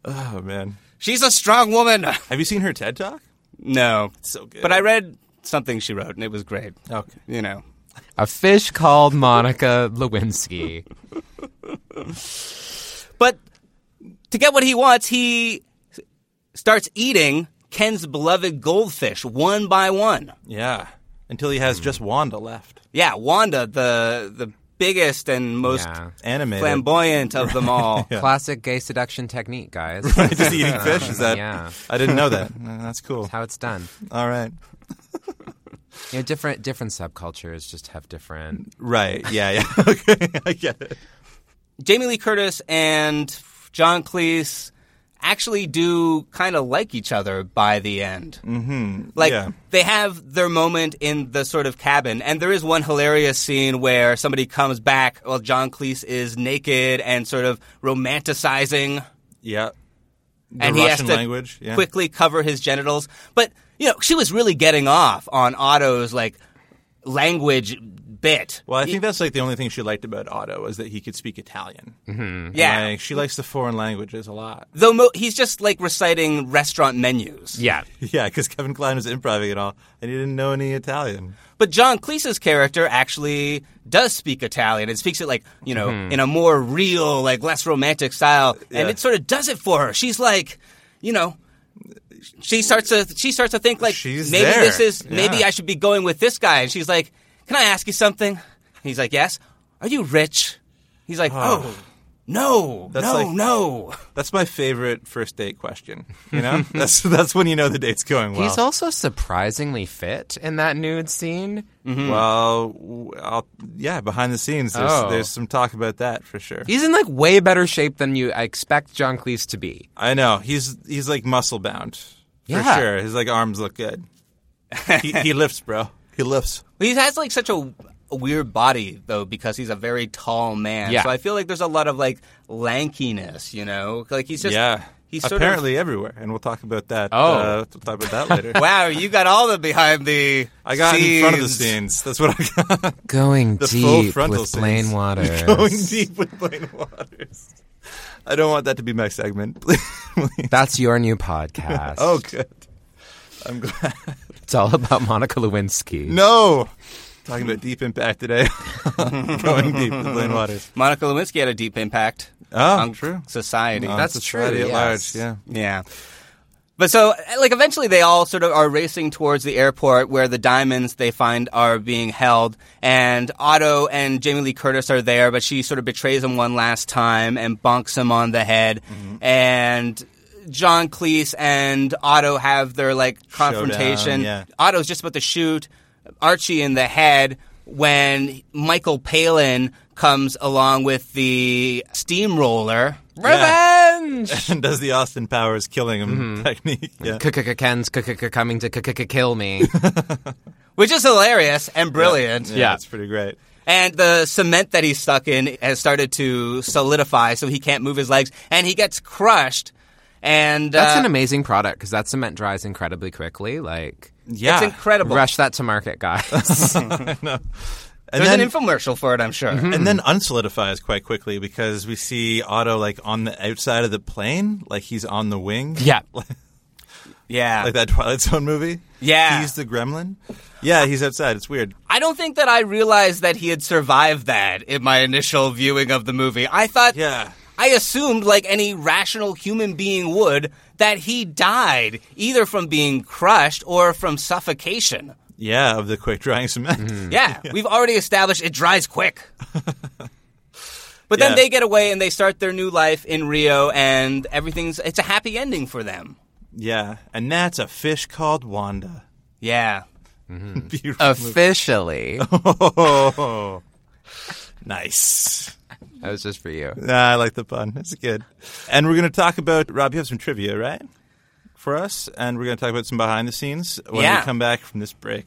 Speaker 8: Oh man,
Speaker 7: She's a strong woman.
Speaker 8: have you seen her TED talk?
Speaker 7: No.
Speaker 8: So good.
Speaker 7: But I read something she wrote and it was great.
Speaker 8: Okay.
Speaker 7: You know.
Speaker 9: A fish called Monica Lewinsky.
Speaker 7: But to get what he wants, he starts eating Ken's beloved goldfish one by one.
Speaker 8: Yeah, until he has just Wanda left.
Speaker 7: Yeah, Wanda, the the biggest and most
Speaker 9: Yeah.
Speaker 8: Animated.
Speaker 7: flamboyant of them all.
Speaker 9: Classic gay seduction technique, guys.
Speaker 8: Just eating fish is that?
Speaker 9: Yeah.
Speaker 8: I didn't know that. Uh, That's cool.
Speaker 9: How it's done.
Speaker 8: All right.
Speaker 9: You know, different different subcultures just have different.
Speaker 8: Right. Yeah. Yeah. okay. I get it.
Speaker 7: Jamie Lee Curtis and John Cleese actually do kind of like each other by the end.
Speaker 8: Mm-hmm.
Speaker 7: Like
Speaker 8: yeah.
Speaker 7: they have their moment in the sort of cabin, and there is one hilarious scene where somebody comes back. Well, John Cleese is naked and sort of romanticizing,
Speaker 8: yeah, the Russian
Speaker 7: and he has to
Speaker 8: language. Yeah.
Speaker 7: quickly cover his genitals. But you know, she was really getting off on Otto's like language bit.
Speaker 8: Well, I think that's like the only thing she liked about Otto is that he could speak Italian. Mm-hmm.
Speaker 7: Yeah.
Speaker 8: like, she likes the foreign languages a lot.
Speaker 7: Though mo- he's just like reciting restaurant menus.
Speaker 9: Yeah.
Speaker 8: Yeah, because Kevin Klein was improvising it all, and he didn't know any Italian.
Speaker 7: But John Cleese's character actually does speak Italian and speaks it like, you know,
Speaker 8: Mhm.
Speaker 7: in a more real, like less romantic style. And
Speaker 8: Yeah.
Speaker 7: it sort of does it for her. She's like, you know, she starts to she starts to think like maybe
Speaker 8: there.
Speaker 7: this is maybe
Speaker 8: Yeah.
Speaker 7: I should be going with this guy. And she's like, "Can I ask you something?" He's like, "Yes." Are you rich? He's like,
Speaker 8: Oh.
Speaker 7: "Oh, no,
Speaker 8: That's
Speaker 7: no,
Speaker 8: like-
Speaker 7: no."
Speaker 8: That's my favorite first date question. You know, that's that's when you know the date's going well.
Speaker 9: He's also surprisingly fit in that nude scene.
Speaker 8: Well, w- I'll, yeah, behind the scenes, there's,
Speaker 9: Oh.
Speaker 8: there's some talk about that for sure.
Speaker 9: He's in like way better shape than you I expect John Cleese to be.
Speaker 8: I know he's he's like muscle bound for
Speaker 9: Yeah.
Speaker 8: sure. His like arms look good. he, he lifts, bro. He lifts.
Speaker 7: He has like such a, a weird body though because he's a very tall man.
Speaker 8: Yeah.
Speaker 7: So I feel like there's a lot of like lankiness, you know? Like he's just
Speaker 8: yeah,
Speaker 7: he's sort
Speaker 8: apparently everywhere, and we'll talk about that.
Speaker 7: Oh.
Speaker 8: uh, we'll talk about that later.
Speaker 7: of Wow, you got all the behind the
Speaker 8: I got in front of the scenes.
Speaker 7: scenes.
Speaker 8: That's what I got.
Speaker 9: Going
Speaker 8: the full
Speaker 9: deep
Speaker 8: frontal
Speaker 9: with
Speaker 8: scenes.
Speaker 9: plain water.
Speaker 8: Going deep with plain waters. I don't want that to be my segment. Please.
Speaker 9: That's your new podcast.
Speaker 8: oh, good. I'm glad.
Speaker 9: It's all about Monica Lewinsky.
Speaker 8: No, talking about deep impact today. Going deep with plain waters.
Speaker 7: Monica Lewinsky had a deep impact
Speaker 8: Oh,
Speaker 7: on
Speaker 8: true.
Speaker 7: society.
Speaker 8: On That's society true, at yes. large, yeah.
Speaker 7: Yeah. But so, like, eventually they all sort of are racing towards the airport where the diamonds they find are being held. And Otto and Jamie Lee Curtis are there, but she sort of betrays him one last time and bonks him on the head.
Speaker 8: Mm-hmm.
Speaker 7: And John Cleese and Otto have their, like, confrontation.
Speaker 8: yeah.
Speaker 7: Otto's just about to shoot Archie in the head when Michael Palin comes along with the steamroller.
Speaker 9: Revenge!
Speaker 8: and does the Austin Powers killing him technique. Yeah.
Speaker 9: Ken's coming to k- k- k- kill me.
Speaker 7: Which is hilarious and brilliant.
Speaker 8: Yeah, yeah, it's pretty great.
Speaker 7: And the cement that he's stuck in has started to solidify, so he can't move his legs, and he gets crushed. And
Speaker 9: That's
Speaker 7: uh,
Speaker 9: an amazing product because that cement dries incredibly quickly. Like,
Speaker 8: Yeah.
Speaker 7: It's incredible.
Speaker 9: rush that to market, guys.
Speaker 8: And
Speaker 7: There's
Speaker 8: then,
Speaker 7: an infomercial for it, I'm sure.
Speaker 8: and then unsolidifies quite quickly because we see Otto like on the outside of the plane, like he's on the wing.
Speaker 9: yeah,
Speaker 7: Yeah.
Speaker 8: Like that Twilight Zone movie.
Speaker 7: Yeah.
Speaker 8: He's the gremlin. Yeah, he's outside. It's weird.
Speaker 7: I don't think that I realized that he had survived that in my initial viewing of the movie. I thought,
Speaker 8: Yeah.
Speaker 7: I assumed, like any rational human being would, that he died either from being crushed or from suffocation.
Speaker 8: Yeah, of the quick drying cement.
Speaker 7: Yeah, we've already established it dries quick. But
Speaker 8: Yeah.
Speaker 7: then they get away and they start their new life in Rio, and everything's it's a happy ending for them.
Speaker 8: Yeah. And that's a fish called Wanda.
Speaker 7: Yeah.
Speaker 8: Beautiful.
Speaker 9: officially.
Speaker 8: Oh. nice.
Speaker 9: That was just for you.
Speaker 8: Nah, I like the pun. It's good. And we're going to talk about Rob. You have some trivia, right, for us, and we're going to talk about some behind the scenes when
Speaker 7: Yeah.
Speaker 8: we come back from this break.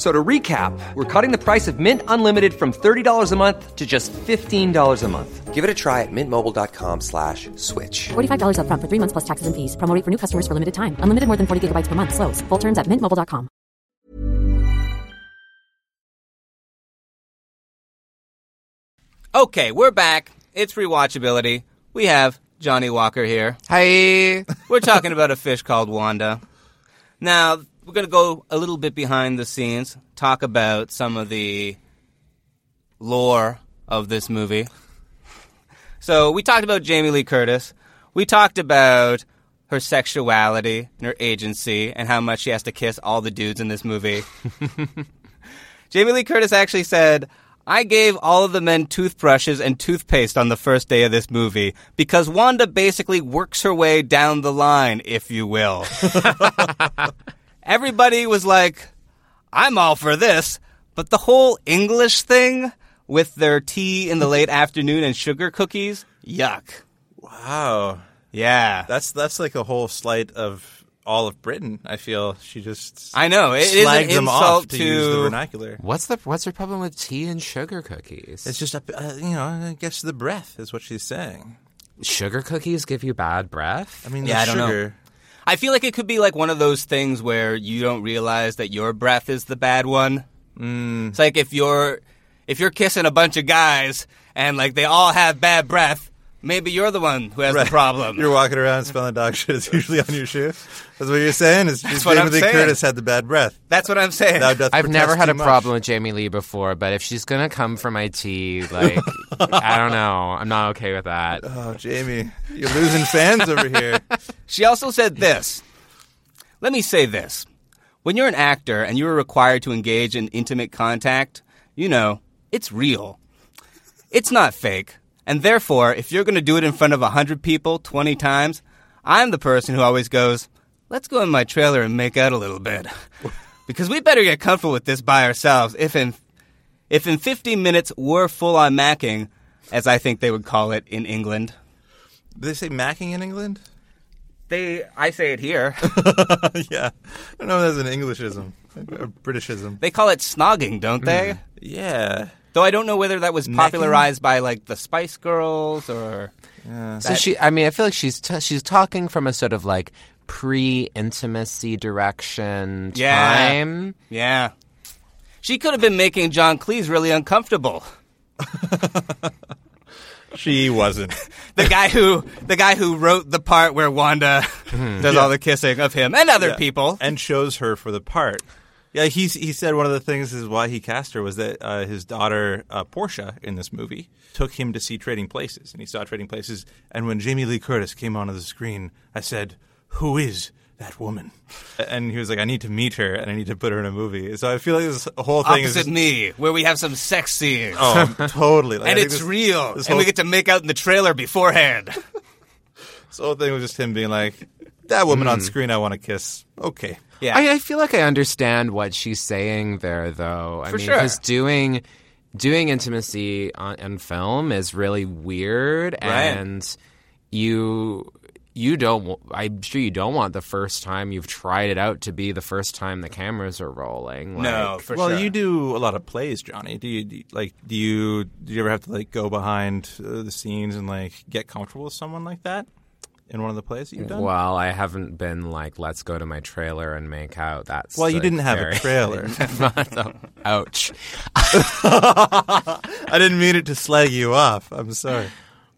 Speaker 11: So to recap, we're cutting the price of Mint Unlimited from $30 a month to just $15 a month. Give it a try at mintmobile.com slash switch.
Speaker 12: $45 up front for three months plus taxes and fees. Promo rate for new customers for limited time. Unlimited more than 40 gigabytes per month. Slows. Full terms at mintmobile.com.
Speaker 7: Okay, we're back. It's rewatchability. We have Johnny Walker here.
Speaker 9: Hey,
Speaker 7: We're talking about a fish called Wanda. Now, we're going to go a little bit behind the scenes, talk about some of the lore of this movie. So, we talked about Jamie Lee Curtis. We talked about her sexuality and her agency and how much she has to kiss all the dudes in this movie. Jamie Lee Curtis actually said, I gave all of the men toothbrushes and toothpaste on the first day of this movie because Wanda basically works her way down the line, if you will. Everybody was like, I'm all for this, but the whole English thing with their tea in the late afternoon and sugar cookies, yuck.
Speaker 8: Wow.
Speaker 7: Yeah.
Speaker 8: That's that's like a whole slight of all of Britain. I feel she just
Speaker 7: I know, it is
Speaker 8: slagged
Speaker 7: an
Speaker 8: them
Speaker 7: insult
Speaker 8: off to, use the
Speaker 7: to-
Speaker 8: vernacular.
Speaker 9: What's the what's her problem with tea and sugar cookies?
Speaker 8: It's just a, uh, you know I guess the breath is what she's saying.
Speaker 9: sugar cookies give you bad breath.
Speaker 8: I mean,
Speaker 7: yeah, I
Speaker 8: the
Speaker 7: don't know.
Speaker 8: sugar-
Speaker 7: I feel like it could be like one of those things where you don't realize that your breath is the bad one. It's like if you're if you're kissing a bunch of guys and like they all have bad breath, maybe you're the one who has the problem.
Speaker 8: You're walking around smelling dog shit. It's usually on your shoe. That's what you're saying. Is
Speaker 7: That's
Speaker 8: is
Speaker 7: what I'm
Speaker 8: Jamie Lee
Speaker 7: saying.
Speaker 8: Curtis had the bad breath?
Speaker 7: That's what I'm saying.
Speaker 8: Thou doth
Speaker 9: I've never
Speaker 8: protest
Speaker 9: had
Speaker 8: too
Speaker 9: a
Speaker 8: much.
Speaker 9: problem with Jamie Lee before, but if she's gonna come for my tea, like I don't know, I'm not okay with that.
Speaker 8: Oh, Jamie, you're losing fans over here.
Speaker 7: She also said this. Let me say this. When you're an actor and you are required to engage in intimate contact, you know, it's real. It's not fake. And therefore, if you're going to do it in front of 100 people 20 times, I'm the person who always goes, let's go in my trailer and make out a little bit. Because we better get comfortable with this by ourselves if in, if in 15 minutes we're full on macking, as I think they would call it in England.
Speaker 8: Do they say macking in England?
Speaker 7: They, I say it here.
Speaker 8: yeah, I don't know. if That's an Englishism, a Britishism.
Speaker 7: They call it snogging, don't they?
Speaker 8: Yeah.
Speaker 7: Though I don't know whether that was
Speaker 8: Hmm. Necking?
Speaker 7: popularized by like the Spice Girls or.
Speaker 9: So
Speaker 7: that-
Speaker 9: she, I mean, I feel like she's t- she's talking from a sort of like pre-intimacy direction
Speaker 7: Yeah.
Speaker 9: time.
Speaker 7: Yeah. She could have been making John Cleese really uncomfortable.
Speaker 8: She wasn't.
Speaker 7: The guy who the guy who wrote the part where Wanda does all the kissing of him and other
Speaker 8: Hmm. Yeah.
Speaker 7: people.
Speaker 8: and chose her for the part. Yeah, he he said one of the things is why he cast her was that uh, his daughter uh, Portia in this movie took him to see Trading Places, and he saw Trading Places. And when Jamie Lee Curtis came onto the screen, I said, "Who is that woman?" And he was like, "I need to meet her, and I need to put her in a movie." So I feel like this whole thing
Speaker 7: Opposite
Speaker 8: is just,
Speaker 7: me, where we have some sex scenes.
Speaker 8: oh, totally, Like, I
Speaker 7: and
Speaker 8: think
Speaker 7: it's
Speaker 8: this-
Speaker 7: real.
Speaker 8: This
Speaker 7: and
Speaker 8: whole,
Speaker 7: we get to make out in the trailer beforehand.
Speaker 8: this whole thing was just him being like, "That woman on screen, I want to kiss." Okay,
Speaker 7: Yeah.
Speaker 9: I, I feel like I understand what she's saying there, though. I
Speaker 7: For
Speaker 9: mean,
Speaker 7: sure.
Speaker 9: doing doing intimacy on, in film is really weird, and you you don't. w- I'm sure you don't want the first time you've tried it out to be the first time the cameras are rolling. Like,
Speaker 7: No, for
Speaker 8: well,
Speaker 7: sure.
Speaker 8: you do a lot of plays, Johnny. Do you, do you- like? Do you do you ever have to like go behind uh, the scenes and like get comfortable with someone like that in one of the plays that you've done?
Speaker 9: Well, I haven't been like, let's go to my trailer and make out. That's
Speaker 8: Well, you
Speaker 9: like,
Speaker 8: didn't have
Speaker 9: very-
Speaker 8: a trailer.
Speaker 9: Ouch.
Speaker 8: I didn't mean it to slag you off. I'm sorry.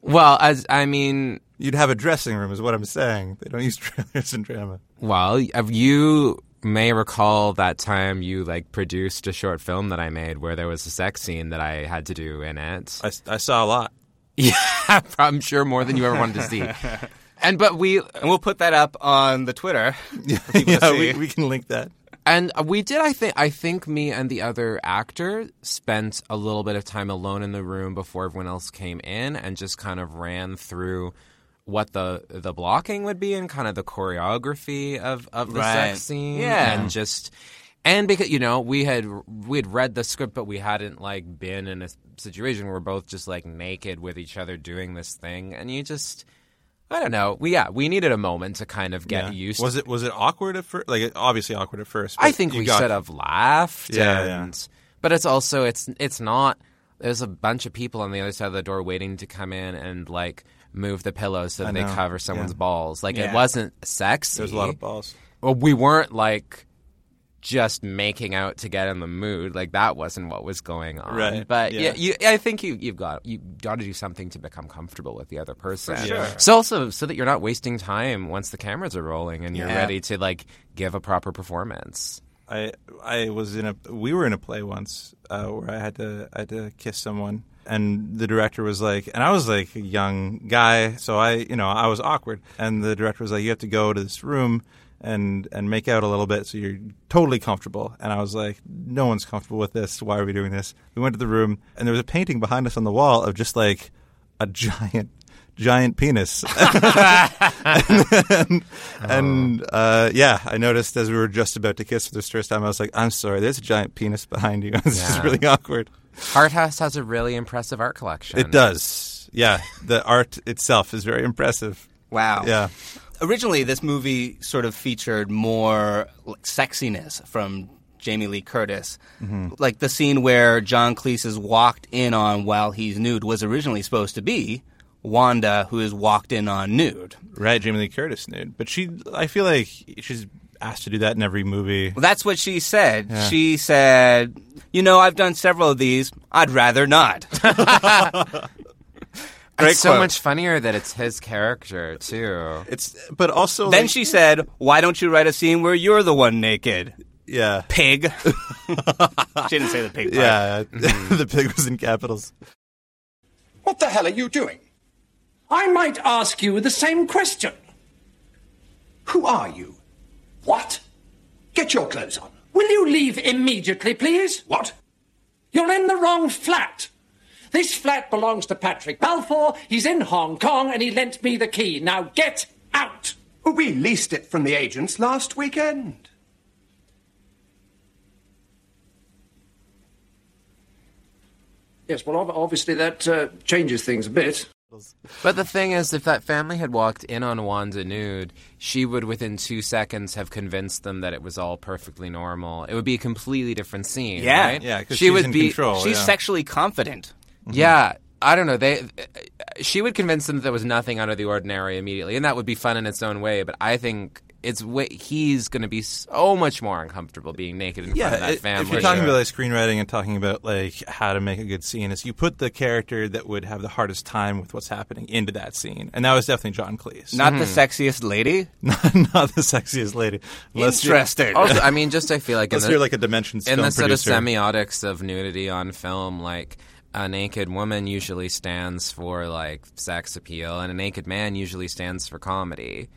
Speaker 9: Well, as I mean,
Speaker 8: You'd have a dressing room, is what I'm saying. They don't use trailers in drama.
Speaker 9: Well, if you may recall that time you like produced a short film that I made where there was a sex scene that I had to do in it.
Speaker 8: I, I saw a lot.
Speaker 9: Yeah, I'm sure more than you ever wanted to see. And but we
Speaker 7: and we'll put that up on the Twitter. for people to
Speaker 8: yeah, we,
Speaker 7: see.
Speaker 8: we can link that.
Speaker 9: and we did I think I think me and the other actor spent a little bit of time alone in the room before everyone else came in and just kind of ran through what the the blocking would be and kind of the choreography of of the
Speaker 7: Right.
Speaker 9: sex scene
Speaker 7: Yeah.
Speaker 9: and just and because you know we had we had read the script but we hadn't like been in a situation where we're both just like naked with each other doing this thing and you just I don't know. We yeah, we needed a moment to kind of get
Speaker 8: Yeah.
Speaker 9: used to
Speaker 8: Was it was it awkward at first? Like obviously awkward at first.
Speaker 9: I
Speaker 8: but
Speaker 9: think
Speaker 8: you
Speaker 9: we
Speaker 8: got-
Speaker 9: should have laughed.
Speaker 8: Yeah, yeah.
Speaker 9: and, But it's also it's it's not. There's a bunch of people on the other side of the door waiting to come in and like move the pillows so that they
Speaker 8: know,
Speaker 9: cover someone's
Speaker 8: yeah.
Speaker 9: balls. Like
Speaker 7: Yeah.
Speaker 9: it wasn't sexy.
Speaker 8: There's a lot of balls.
Speaker 9: Well, we weren't like just making out to get in the mood. Like that wasn't what was going on.
Speaker 8: Right,
Speaker 9: But
Speaker 8: yeah.
Speaker 9: yeah, you, I think you you've got you got to do something to become comfortable with the other person.
Speaker 7: sure. Yeah.
Speaker 9: So also so that you're not wasting time once the cameras are rolling and you're
Speaker 7: Yeah.
Speaker 9: ready to like give a proper performance.
Speaker 8: I I was in a we were in a play once uh, where I had to I had to kiss someone and the director was like and I was like a young guy so I you know I was awkward and the director was like you have to go to this room and and make out a little bit so you're totally comfortable. And I was like, no one's comfortable with this. Why are we doing this? We went to the room and there was a painting behind us on the wall of just like a giant giant penis. and and, and, uh, yeah, I noticed as we were just about to kiss for this first time, I was like, I'm sorry, there's a giant penis behind you. this is
Speaker 9: Yeah.
Speaker 8: really awkward.
Speaker 9: Art House has a really impressive art collection.
Speaker 8: It does. Yeah. The art itself is very impressive.
Speaker 7: Wow.
Speaker 8: Yeah.
Speaker 7: Originally, this movie sort of featured more like, sexiness from Jamie Lee Curtis.
Speaker 8: Mhm.
Speaker 7: Like the scene where John Cleese is walked in on while he's nude was originally supposed to be Wanda, who is walked in on nude.
Speaker 8: Right, Jamie Lee Curtis nude. But she, I feel like she's asked to do that in every movie.
Speaker 7: Well, that's what she said.
Speaker 8: Yeah.
Speaker 7: She said, "You know, I've done several of these. I'd rather not." Great
Speaker 9: It's so
Speaker 7: quote.
Speaker 9: much funnier that it's his character too.
Speaker 8: It's but also
Speaker 7: Then she said, "Why don't you write a scene where you're the one naked?"
Speaker 8: Yeah,
Speaker 7: pig. she didn't say the pig. Part.
Speaker 8: Yeah, the pig was in capitals.
Speaker 13: What the hell are you doing? I might ask you the same question. Who are you? What? Get your clothes on. Will you leave immediately, please? What? You're in the wrong flat. This flat belongs to Patrick Balfour. He's in Hong Kong and he lent me the key. Now get out. We leased it from the agents last weekend. Yes, well, ob- obviously that uh, changes things a bit.
Speaker 9: But the thing is, if that family had walked in on Wanda nude, she would within two seconds have convinced them that it was all perfectly normal. It would be a completely different scene.
Speaker 7: Yeah.
Speaker 9: right?
Speaker 7: Yeah, 'cause
Speaker 9: she
Speaker 7: she's
Speaker 9: would
Speaker 7: in
Speaker 9: be.
Speaker 7: control,
Speaker 8: Oh,
Speaker 7: She's yeah. sexually confident.
Speaker 9: Yeah, I don't know. They, she would convince them that there was nothing out of the ordinary immediately, and that would be fun in its own way. But I think. It's way, he's going to be so much more uncomfortable being naked in front of that
Speaker 8: i-
Speaker 9: family.
Speaker 8: if you're talking
Speaker 9: Sure.
Speaker 8: about like screenwriting and talking about like how to make a good scene, is you put the character that would have the hardest time with what's happening into that scene, and that was definitely John Cleese.
Speaker 7: Not the sexiest lady.
Speaker 8: not, not the sexiest lady. Let's hear-
Speaker 9: Also, I mean, just I feel like
Speaker 8: let's
Speaker 9: Oh, in the,
Speaker 8: hear like a dimension
Speaker 9: in
Speaker 8: film
Speaker 9: the sort of
Speaker 8: producer.
Speaker 9: semiotics of nudity on film, like a naked woman usually stands for like sex appeal, and a naked man usually stands for comedy.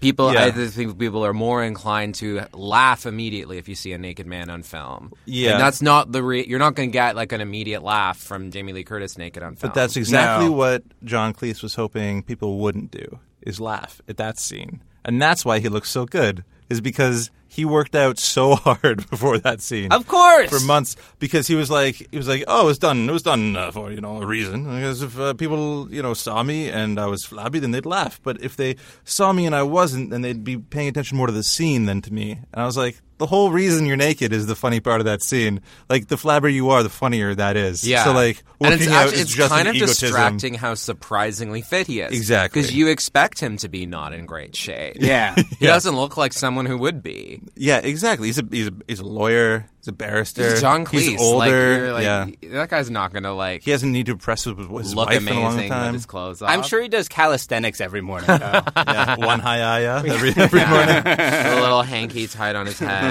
Speaker 9: People,
Speaker 8: Yeah.
Speaker 9: I th- think people are more inclined to laugh immediately if you see a naked man on film.
Speaker 8: Yeah.
Speaker 9: and that's not the re- you're not going to get like an immediate laugh from Jamie Lee Curtis naked on film.
Speaker 8: But that's exactly what John Cleese was hoping people wouldn't do is laugh at that scene. And that's why he looks so good is because he worked out so hard before that scene.
Speaker 7: Of course.
Speaker 8: For months because he was like he was like, "Oh, it was done. It was done uh, for, you know, a reason. Because if uh, people, you know, saw me and I was flabby, then they'd laugh. But if they saw me and I wasn't, then they'd be paying attention more to the scene than to me." And I was like, "The whole reason you're naked is the funny part of that scene. Like the flabber you are, the funnier that is."
Speaker 9: Yeah.
Speaker 8: So like
Speaker 9: and it's,
Speaker 8: working out
Speaker 9: actually-
Speaker 8: is
Speaker 9: it's
Speaker 8: just
Speaker 9: kind
Speaker 8: an
Speaker 9: of
Speaker 8: egotism.
Speaker 9: distracting how surprisingly fit he is.
Speaker 8: Exactly.
Speaker 9: Because you expect him to be not in great shape.
Speaker 8: Yeah.
Speaker 9: He
Speaker 8: Yeah.
Speaker 9: doesn't look like someone who would be.
Speaker 8: Yeah, exactly. He's a he's a, he's a lawyer. He's a barrister.
Speaker 9: He's John Cleese.
Speaker 8: He's older.
Speaker 9: Like, you're like,
Speaker 8: yeah,
Speaker 9: That guy's not going to like.
Speaker 8: he doesn't need to impress his, his
Speaker 9: Look
Speaker 8: wife in a long
Speaker 9: amazing with
Speaker 8: time.
Speaker 9: his clothes
Speaker 7: I'm
Speaker 9: off.
Speaker 7: sure he does calisthenics every morning. though.
Speaker 8: Yeah, one high eye uh, every, every morning.
Speaker 9: With a little hanky tied on his head.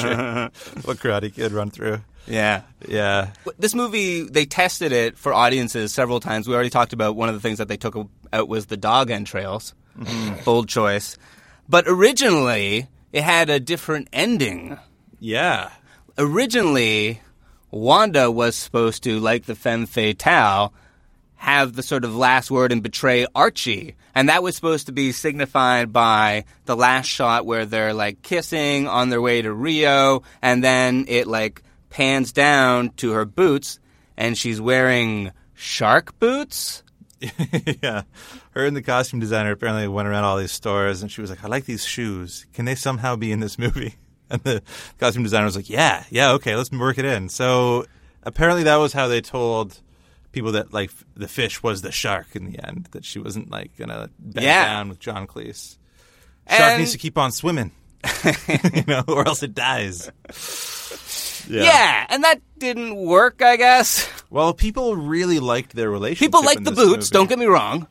Speaker 8: What karate kid run through?
Speaker 7: Yeah.
Speaker 8: Yeah.
Speaker 7: This movie, they tested it for audiences several times. We already talked about one of the things that they took out was the dog entrails.
Speaker 8: Mhm.
Speaker 7: Bold choice. But originally, it had a different ending.
Speaker 8: Yeah.
Speaker 7: Originally, Wanda was supposed to, like the femme fatale, have the sort of last word and betray Archie. And that was supposed to be signified by the last shot where they're like kissing on their way to Rio, and then it like pans down to her boots, and she's wearing shark boots.
Speaker 8: yeah. Her and the costume designer apparently went around all these stores, and she was like, "I like these shoes. Can they somehow be in this movie?" And the costume designer was like, "Yeah, yeah, okay, let's work it in." So apparently, that was how they told people that like the fish was the shark in the end. That she wasn't like gonna bend
Speaker 7: Yeah.
Speaker 8: down with John Cleese. Shark
Speaker 7: And-
Speaker 8: needs to keep on swimming, you know, or else it dies.
Speaker 7: Yeah. and that didn't work, I guess.
Speaker 8: Well, people really liked their relationship.
Speaker 7: People liked
Speaker 8: in
Speaker 7: the
Speaker 8: this movie.
Speaker 7: boots, don't get me wrong.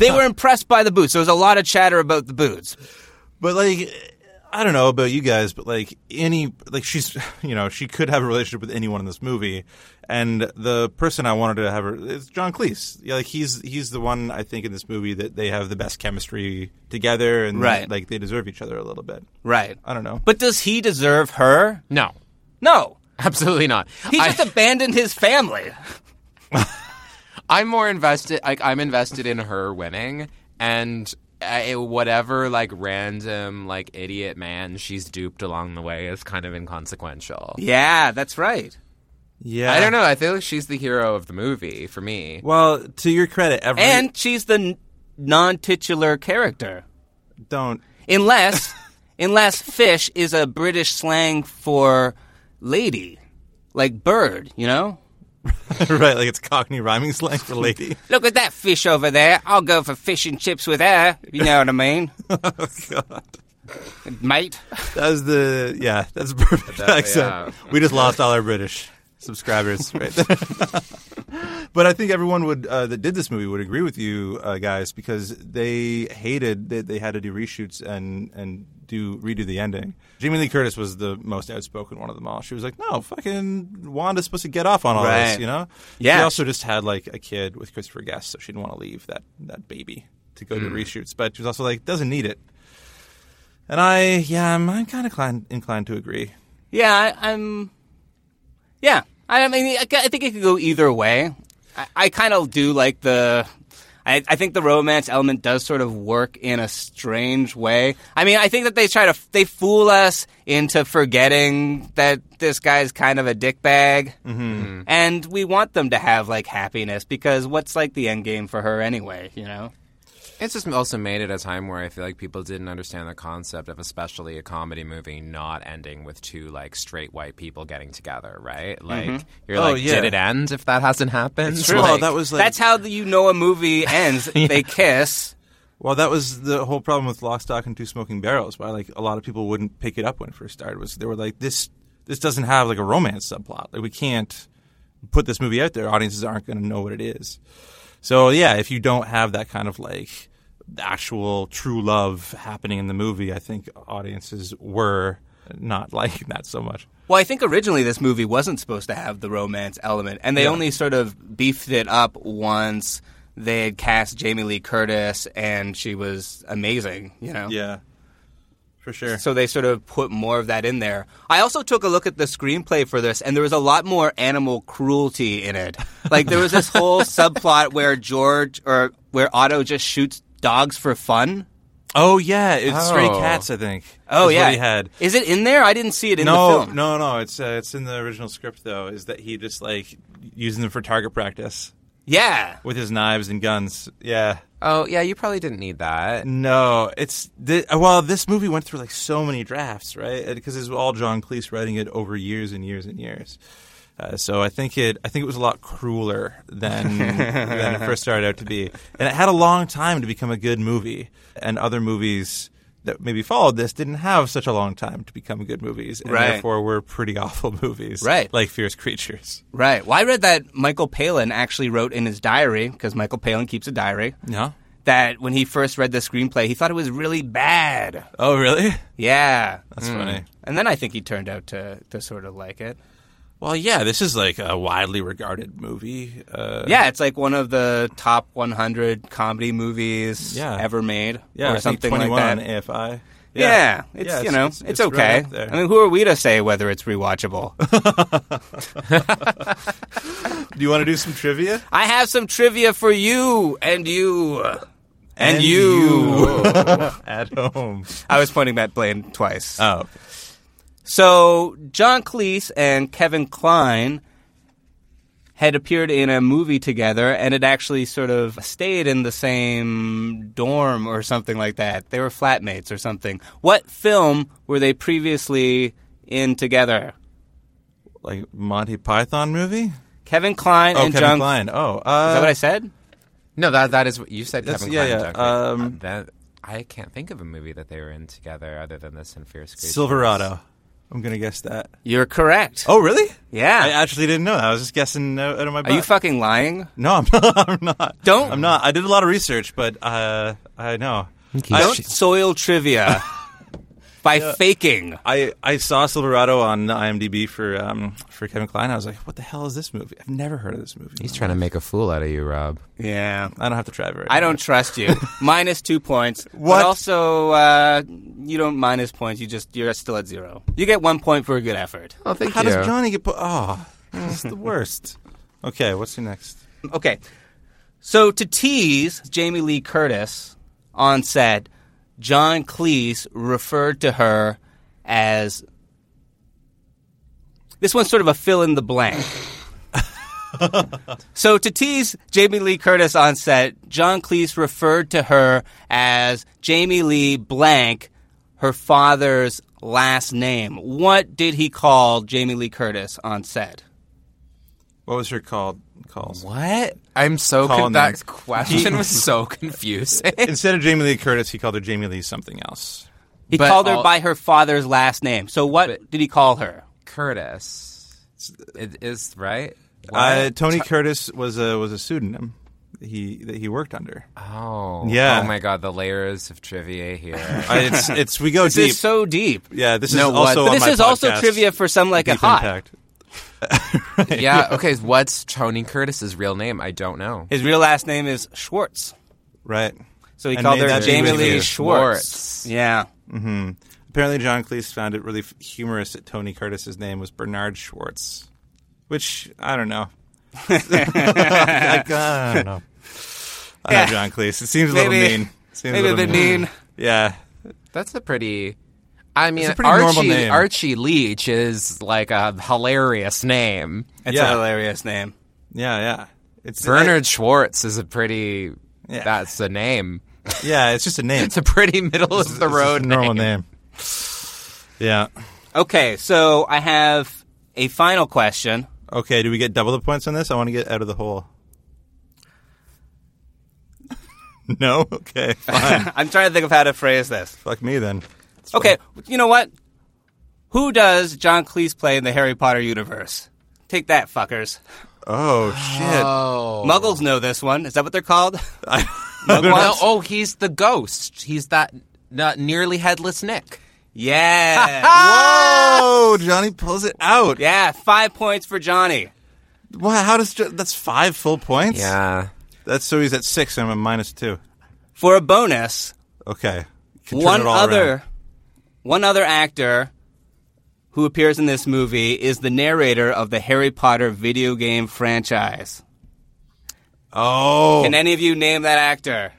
Speaker 7: they were impressed by the boots. There was a lot of chatter about the boots.
Speaker 8: But like I don't know about you guys, but like any, like she's, you know, she could have a relationship with anyone in this movie, and the person I wanted to have her is John Cleese. Yeah, like he's he's the one I think in this movie that they have the best chemistry together, and
Speaker 7: Right.
Speaker 8: like they deserve each other a little bit.
Speaker 7: Right.
Speaker 8: I don't know.
Speaker 7: But does he deserve her?
Speaker 9: No.
Speaker 7: No.
Speaker 9: Absolutely not.
Speaker 7: He just abandoned his family.
Speaker 9: I'm more invested. Like I'm invested in her winning, and I, whatever like random like idiot man she's duped along the way is kind of inconsequential.
Speaker 7: Yeah, that's right.
Speaker 8: Yeah.
Speaker 9: I don't know. I feel like she's the hero of the movie for me.
Speaker 8: Well, to your credit, every
Speaker 7: And she's the n- non-titular character.
Speaker 8: Don't.
Speaker 7: Unless, unless fish is a British slang for lady, like bird. You know.
Speaker 8: right, like it's Cockney rhyming slang for lady.
Speaker 7: Look at that fish over there. I'll go for fish and chips with her. You know what I mean? oh
Speaker 8: God.
Speaker 7: Mate.
Speaker 8: That was the yeah. That's a perfect
Speaker 7: That-
Speaker 8: accent.
Speaker 7: yeah.
Speaker 8: We just lost all our British subscribers right there. but I think everyone would uh, that did this movie would agree with you uh, guys because they hated that they had to do reshoots and and do redo the ending. Jamie Lee Curtis was the most outspoken one of them all. She was like, "No, fucking Wanda's supposed to get off on all this,"
Speaker 7: Right.
Speaker 8: you know.
Speaker 7: Yeah.
Speaker 8: She also just had like a kid with Christopher Guest, so she didn't want to leave that that baby to go to
Speaker 7: Mm.
Speaker 8: reshoots. But she was also like, doesn't need it. And I, yeah, I'm, I'm kind of inclined, inclined to agree.
Speaker 7: Yeah, I, I'm. Yeah, I I mean, I, ca- I think it could go either way. I, I kind of do like the. I, I think the romance element does sort of work in a strange way. I mean, I think that they try to they fool us into forgetting that this guy's kind of a dickbag,
Speaker 8: Mhm.
Speaker 7: and we want them to have like happiness because what's like the end game for her anyway, you know?
Speaker 9: It's just also made at a time where I feel like people didn't understand the concept of especially a comedy movie not ending with two like straight white people getting together, right? Like
Speaker 7: Mhm.
Speaker 9: you're
Speaker 7: Oh,
Speaker 9: like,
Speaker 7: yeah.
Speaker 9: did it end if that hasn't happened? Like-
Speaker 7: that's how the, you know a movie ends. They kiss.
Speaker 8: Well, that was the whole problem with Lock, Stock, and Two Smoking Barrels. Why, like, a lot of people wouldn't pick it up when it first started. Was they were like, this, this doesn't have like a romance subplot. Like, we can't put this movie out there. Audiences aren't going to know what it is. So, yeah, if you don't have that kind of like actual true love happening in the movie, I think audiences were not liking that so much.
Speaker 7: Well, I think originally this movie wasn't supposed to have the romance element, and they
Speaker 8: Yeah.
Speaker 7: only sort of beefed it up once they had cast Jamie Lee Curtis, and she was amazing, you know?
Speaker 8: Yeah, for sure.
Speaker 7: So they sort of put more of that in there. I also took a look at the screenplay for this, and there was a lot more animal cruelty in it. Like, there was this whole subplot where George, or where Otto just shoots dogs for fun.
Speaker 8: Oh, yeah, it's Stray
Speaker 7: Oh.
Speaker 8: Cats, I think.
Speaker 7: Oh,
Speaker 8: is
Speaker 7: yeah.
Speaker 8: What he had.
Speaker 7: Is it in there? I didn't see it in
Speaker 8: no,
Speaker 7: the film.
Speaker 8: No, no, It's uh, it's in the original script though. Is that he just like using them for target practice?
Speaker 7: Yeah,
Speaker 8: with his knives and guns. Yeah.
Speaker 9: Oh yeah, you probably didn't need that.
Speaker 8: No, it's th- well, this movie went through like so many drafts, right? Because it was all John Cleese writing it over years and years and years. Uh, so I think it I think it was a lot crueler than than it first started out to be, and it had a long time to become a good movie. And other movies that maybe followed this didn't have such a long time to become good movies, and
Speaker 7: Right.
Speaker 8: therefore were pretty awful movies,
Speaker 7: Right.
Speaker 8: Like Fierce Creatures.
Speaker 7: Right. Well, I read that Michael Palin actually wrote in his diary, because Michael Palin keeps a diary.
Speaker 8: Yeah.
Speaker 7: That when he first read the screenplay, he thought it was really bad.
Speaker 8: Oh, really?
Speaker 7: Yeah. Hmm.
Speaker 8: That's funny.
Speaker 7: And then I think he turned out to, to sort of like it.
Speaker 8: Well, yeah, this is like a widely regarded movie. Uh,
Speaker 7: yeah, it's like one of the top 100 comedy movies
Speaker 8: Yeah.
Speaker 7: ever made,
Speaker 8: Yeah, I
Speaker 7: or
Speaker 8: think
Speaker 7: something
Speaker 8: 21
Speaker 7: like
Speaker 8: on
Speaker 7: that.
Speaker 8: AFI.
Speaker 7: Yeah,
Speaker 8: Yeah.
Speaker 7: it's
Speaker 8: Yeah,
Speaker 7: you
Speaker 8: it's-
Speaker 7: know
Speaker 8: it's-
Speaker 7: it's,
Speaker 8: it's right
Speaker 7: okay.
Speaker 8: up there.
Speaker 7: I mean, who are we to say whether it's rewatchable?
Speaker 8: do you want to do some trivia?
Speaker 7: I have some trivia for you and you and, you.
Speaker 8: at home.
Speaker 7: I was pointing at Blaine twice. Oh. So John Cleese and Kevin Klein had appeared in a movie together and had actually sort of stayed in the same dorm or something like that. They were flatmates or something. What film were they previously in together?
Speaker 8: Like Monty Python movie?
Speaker 7: Kevin Klein
Speaker 8: Oh,
Speaker 7: and
Speaker 8: Kevin
Speaker 7: John
Speaker 8: Klein. Oh,
Speaker 7: Is
Speaker 8: uh,
Speaker 7: that what I said?
Speaker 9: No, that that is what you said.
Speaker 8: That's-
Speaker 9: Kevin
Speaker 8: yeah, um,
Speaker 9: Kline
Speaker 8: yeah,
Speaker 9: and Doug Green.
Speaker 7: um,
Speaker 9: that I can't think of a movie that they were in together other than this and Fierce Creatures.
Speaker 8: Silverado. I'm going to guess that.
Speaker 7: You're correct.
Speaker 8: Oh, really?
Speaker 7: Yeah.
Speaker 8: I actually didn't know that. I was just guessing out out of my butt.
Speaker 7: Are you fucking lying?
Speaker 8: No, I'm not. I'm not.
Speaker 7: Don't.
Speaker 8: I'm not. I did a lot of research, but uh, I know.
Speaker 7: Don't soil trivia. by faking.
Speaker 8: I, I saw Silverado on IMDb for um, for Kevin Klein. I was like, what the hell is this movie? I've never heard of this movie.
Speaker 9: He's trying to make a fool out of you, Rob.
Speaker 7: Yeah,
Speaker 8: I don't have to try very.
Speaker 7: I don't trust you. minus two points. What? But also, uh, you don't minus points. You just you're still at zero. You get one point for a good effort.
Speaker 9: Oh, thank
Speaker 8: How
Speaker 9: you.
Speaker 8: does Johnny get? Po- oh, it's the worst. Okay, what's your next?
Speaker 7: Okay. So to tease Jamie Lee Curtis on set, John Cleese referred to her as this one's sort of a fill in the blank. so to tease Jamie Lee Curtis on set, John Cleese referred to her as Jamie Lee blank, her father's last name. What did he call Jamie Lee Curtis on set?
Speaker 8: What was her called calls?
Speaker 7: What?
Speaker 9: I'm so
Speaker 8: Call
Speaker 9: con- that
Speaker 8: names.
Speaker 9: question was so confusing.
Speaker 8: Instead of Jamie Lee Curtis, he called her Jamie Lee something else.
Speaker 7: He called her by her father's last name. So what did he call her?
Speaker 9: Curtis. It is right.
Speaker 8: Uh,
Speaker 9: What?
Speaker 8: Tony
Speaker 9: T-
Speaker 8: Curtis was a was a pseudonym that he that he worked under.
Speaker 9: Oh,
Speaker 8: Yeah.
Speaker 9: Oh my God, the layers of trivia here.
Speaker 8: I- it's it's we go
Speaker 7: This
Speaker 8: deep.
Speaker 7: is so deep.
Speaker 8: Yeah, this
Speaker 9: No,
Speaker 8: is
Speaker 9: what?
Speaker 8: also
Speaker 9: But
Speaker 8: on
Speaker 9: this
Speaker 8: my
Speaker 9: is also
Speaker 8: podcast.
Speaker 9: trivia for some, like, a
Speaker 8: Deep
Speaker 9: hot.
Speaker 8: Impact.
Speaker 9: yeah. Okay. What's Tony Curtis's real name? I don't know.
Speaker 7: His real last name is Schwartz.
Speaker 8: Right.
Speaker 7: So he
Speaker 8: And
Speaker 7: called
Speaker 8: made
Speaker 7: her
Speaker 8: that
Speaker 7: Jamie
Speaker 8: movie.
Speaker 7: Lee Schwartz. Yeah.
Speaker 8: hmm Apparently, John Cleese found it really f- humorous that Tony Curtis's name was Bernard Schwartz, which I don't know. I, don't know. I don't
Speaker 9: Yeah.
Speaker 8: know, John Cleese. It seems a
Speaker 9: Maybe-
Speaker 8: little mean. Seems
Speaker 9: maybe a
Speaker 8: little
Speaker 9: bit mean.
Speaker 8: Yeah.
Speaker 9: That's a pretty. I mean,
Speaker 8: a pretty
Speaker 9: Archie,
Speaker 8: normal name.
Speaker 9: Archie Leach is like a hilarious name.
Speaker 7: It's a hilarious name.
Speaker 8: Yeah, yeah. It's
Speaker 9: Bernard Schwartz is a pretty.
Speaker 8: Yeah.
Speaker 9: That's a name.
Speaker 8: Yeah, it's just a name.
Speaker 9: it's a pretty middle of the road
Speaker 8: normal name. Yeah.
Speaker 7: Okay, so I have a final question.
Speaker 8: Okay, do we get double the points on this? I want to get out of the hole. no? Okay, fine.
Speaker 7: I'm trying to think of how to phrase this.
Speaker 8: Fuck me then.
Speaker 7: okay, you know what? Who does John Cleese play in the Harry Potter universe? Take that, fuckers.
Speaker 8: Oh, shit.
Speaker 7: Muggles know this one. Is that what they're called?
Speaker 9: No,
Speaker 7: Mugwumps?
Speaker 9: oh, he's the ghost. He's that not nearly headless Nick.
Speaker 7: Yeah.
Speaker 8: Whoa! Oh, Johnny pulls it out.
Speaker 7: Yeah, five points for Johnny.
Speaker 8: Wow, how does Jo- that's five full points?
Speaker 9: Yeah.
Speaker 8: That's so he's at six. I'm at minus two.
Speaker 7: For a bonus,
Speaker 8: Okay. Can turn
Speaker 7: one
Speaker 8: it all
Speaker 7: other
Speaker 8: around.
Speaker 7: one other actor who appears in this movie is the narrator of the Harry Potter video game franchise.
Speaker 8: Oh,
Speaker 7: Can any of you name that actor?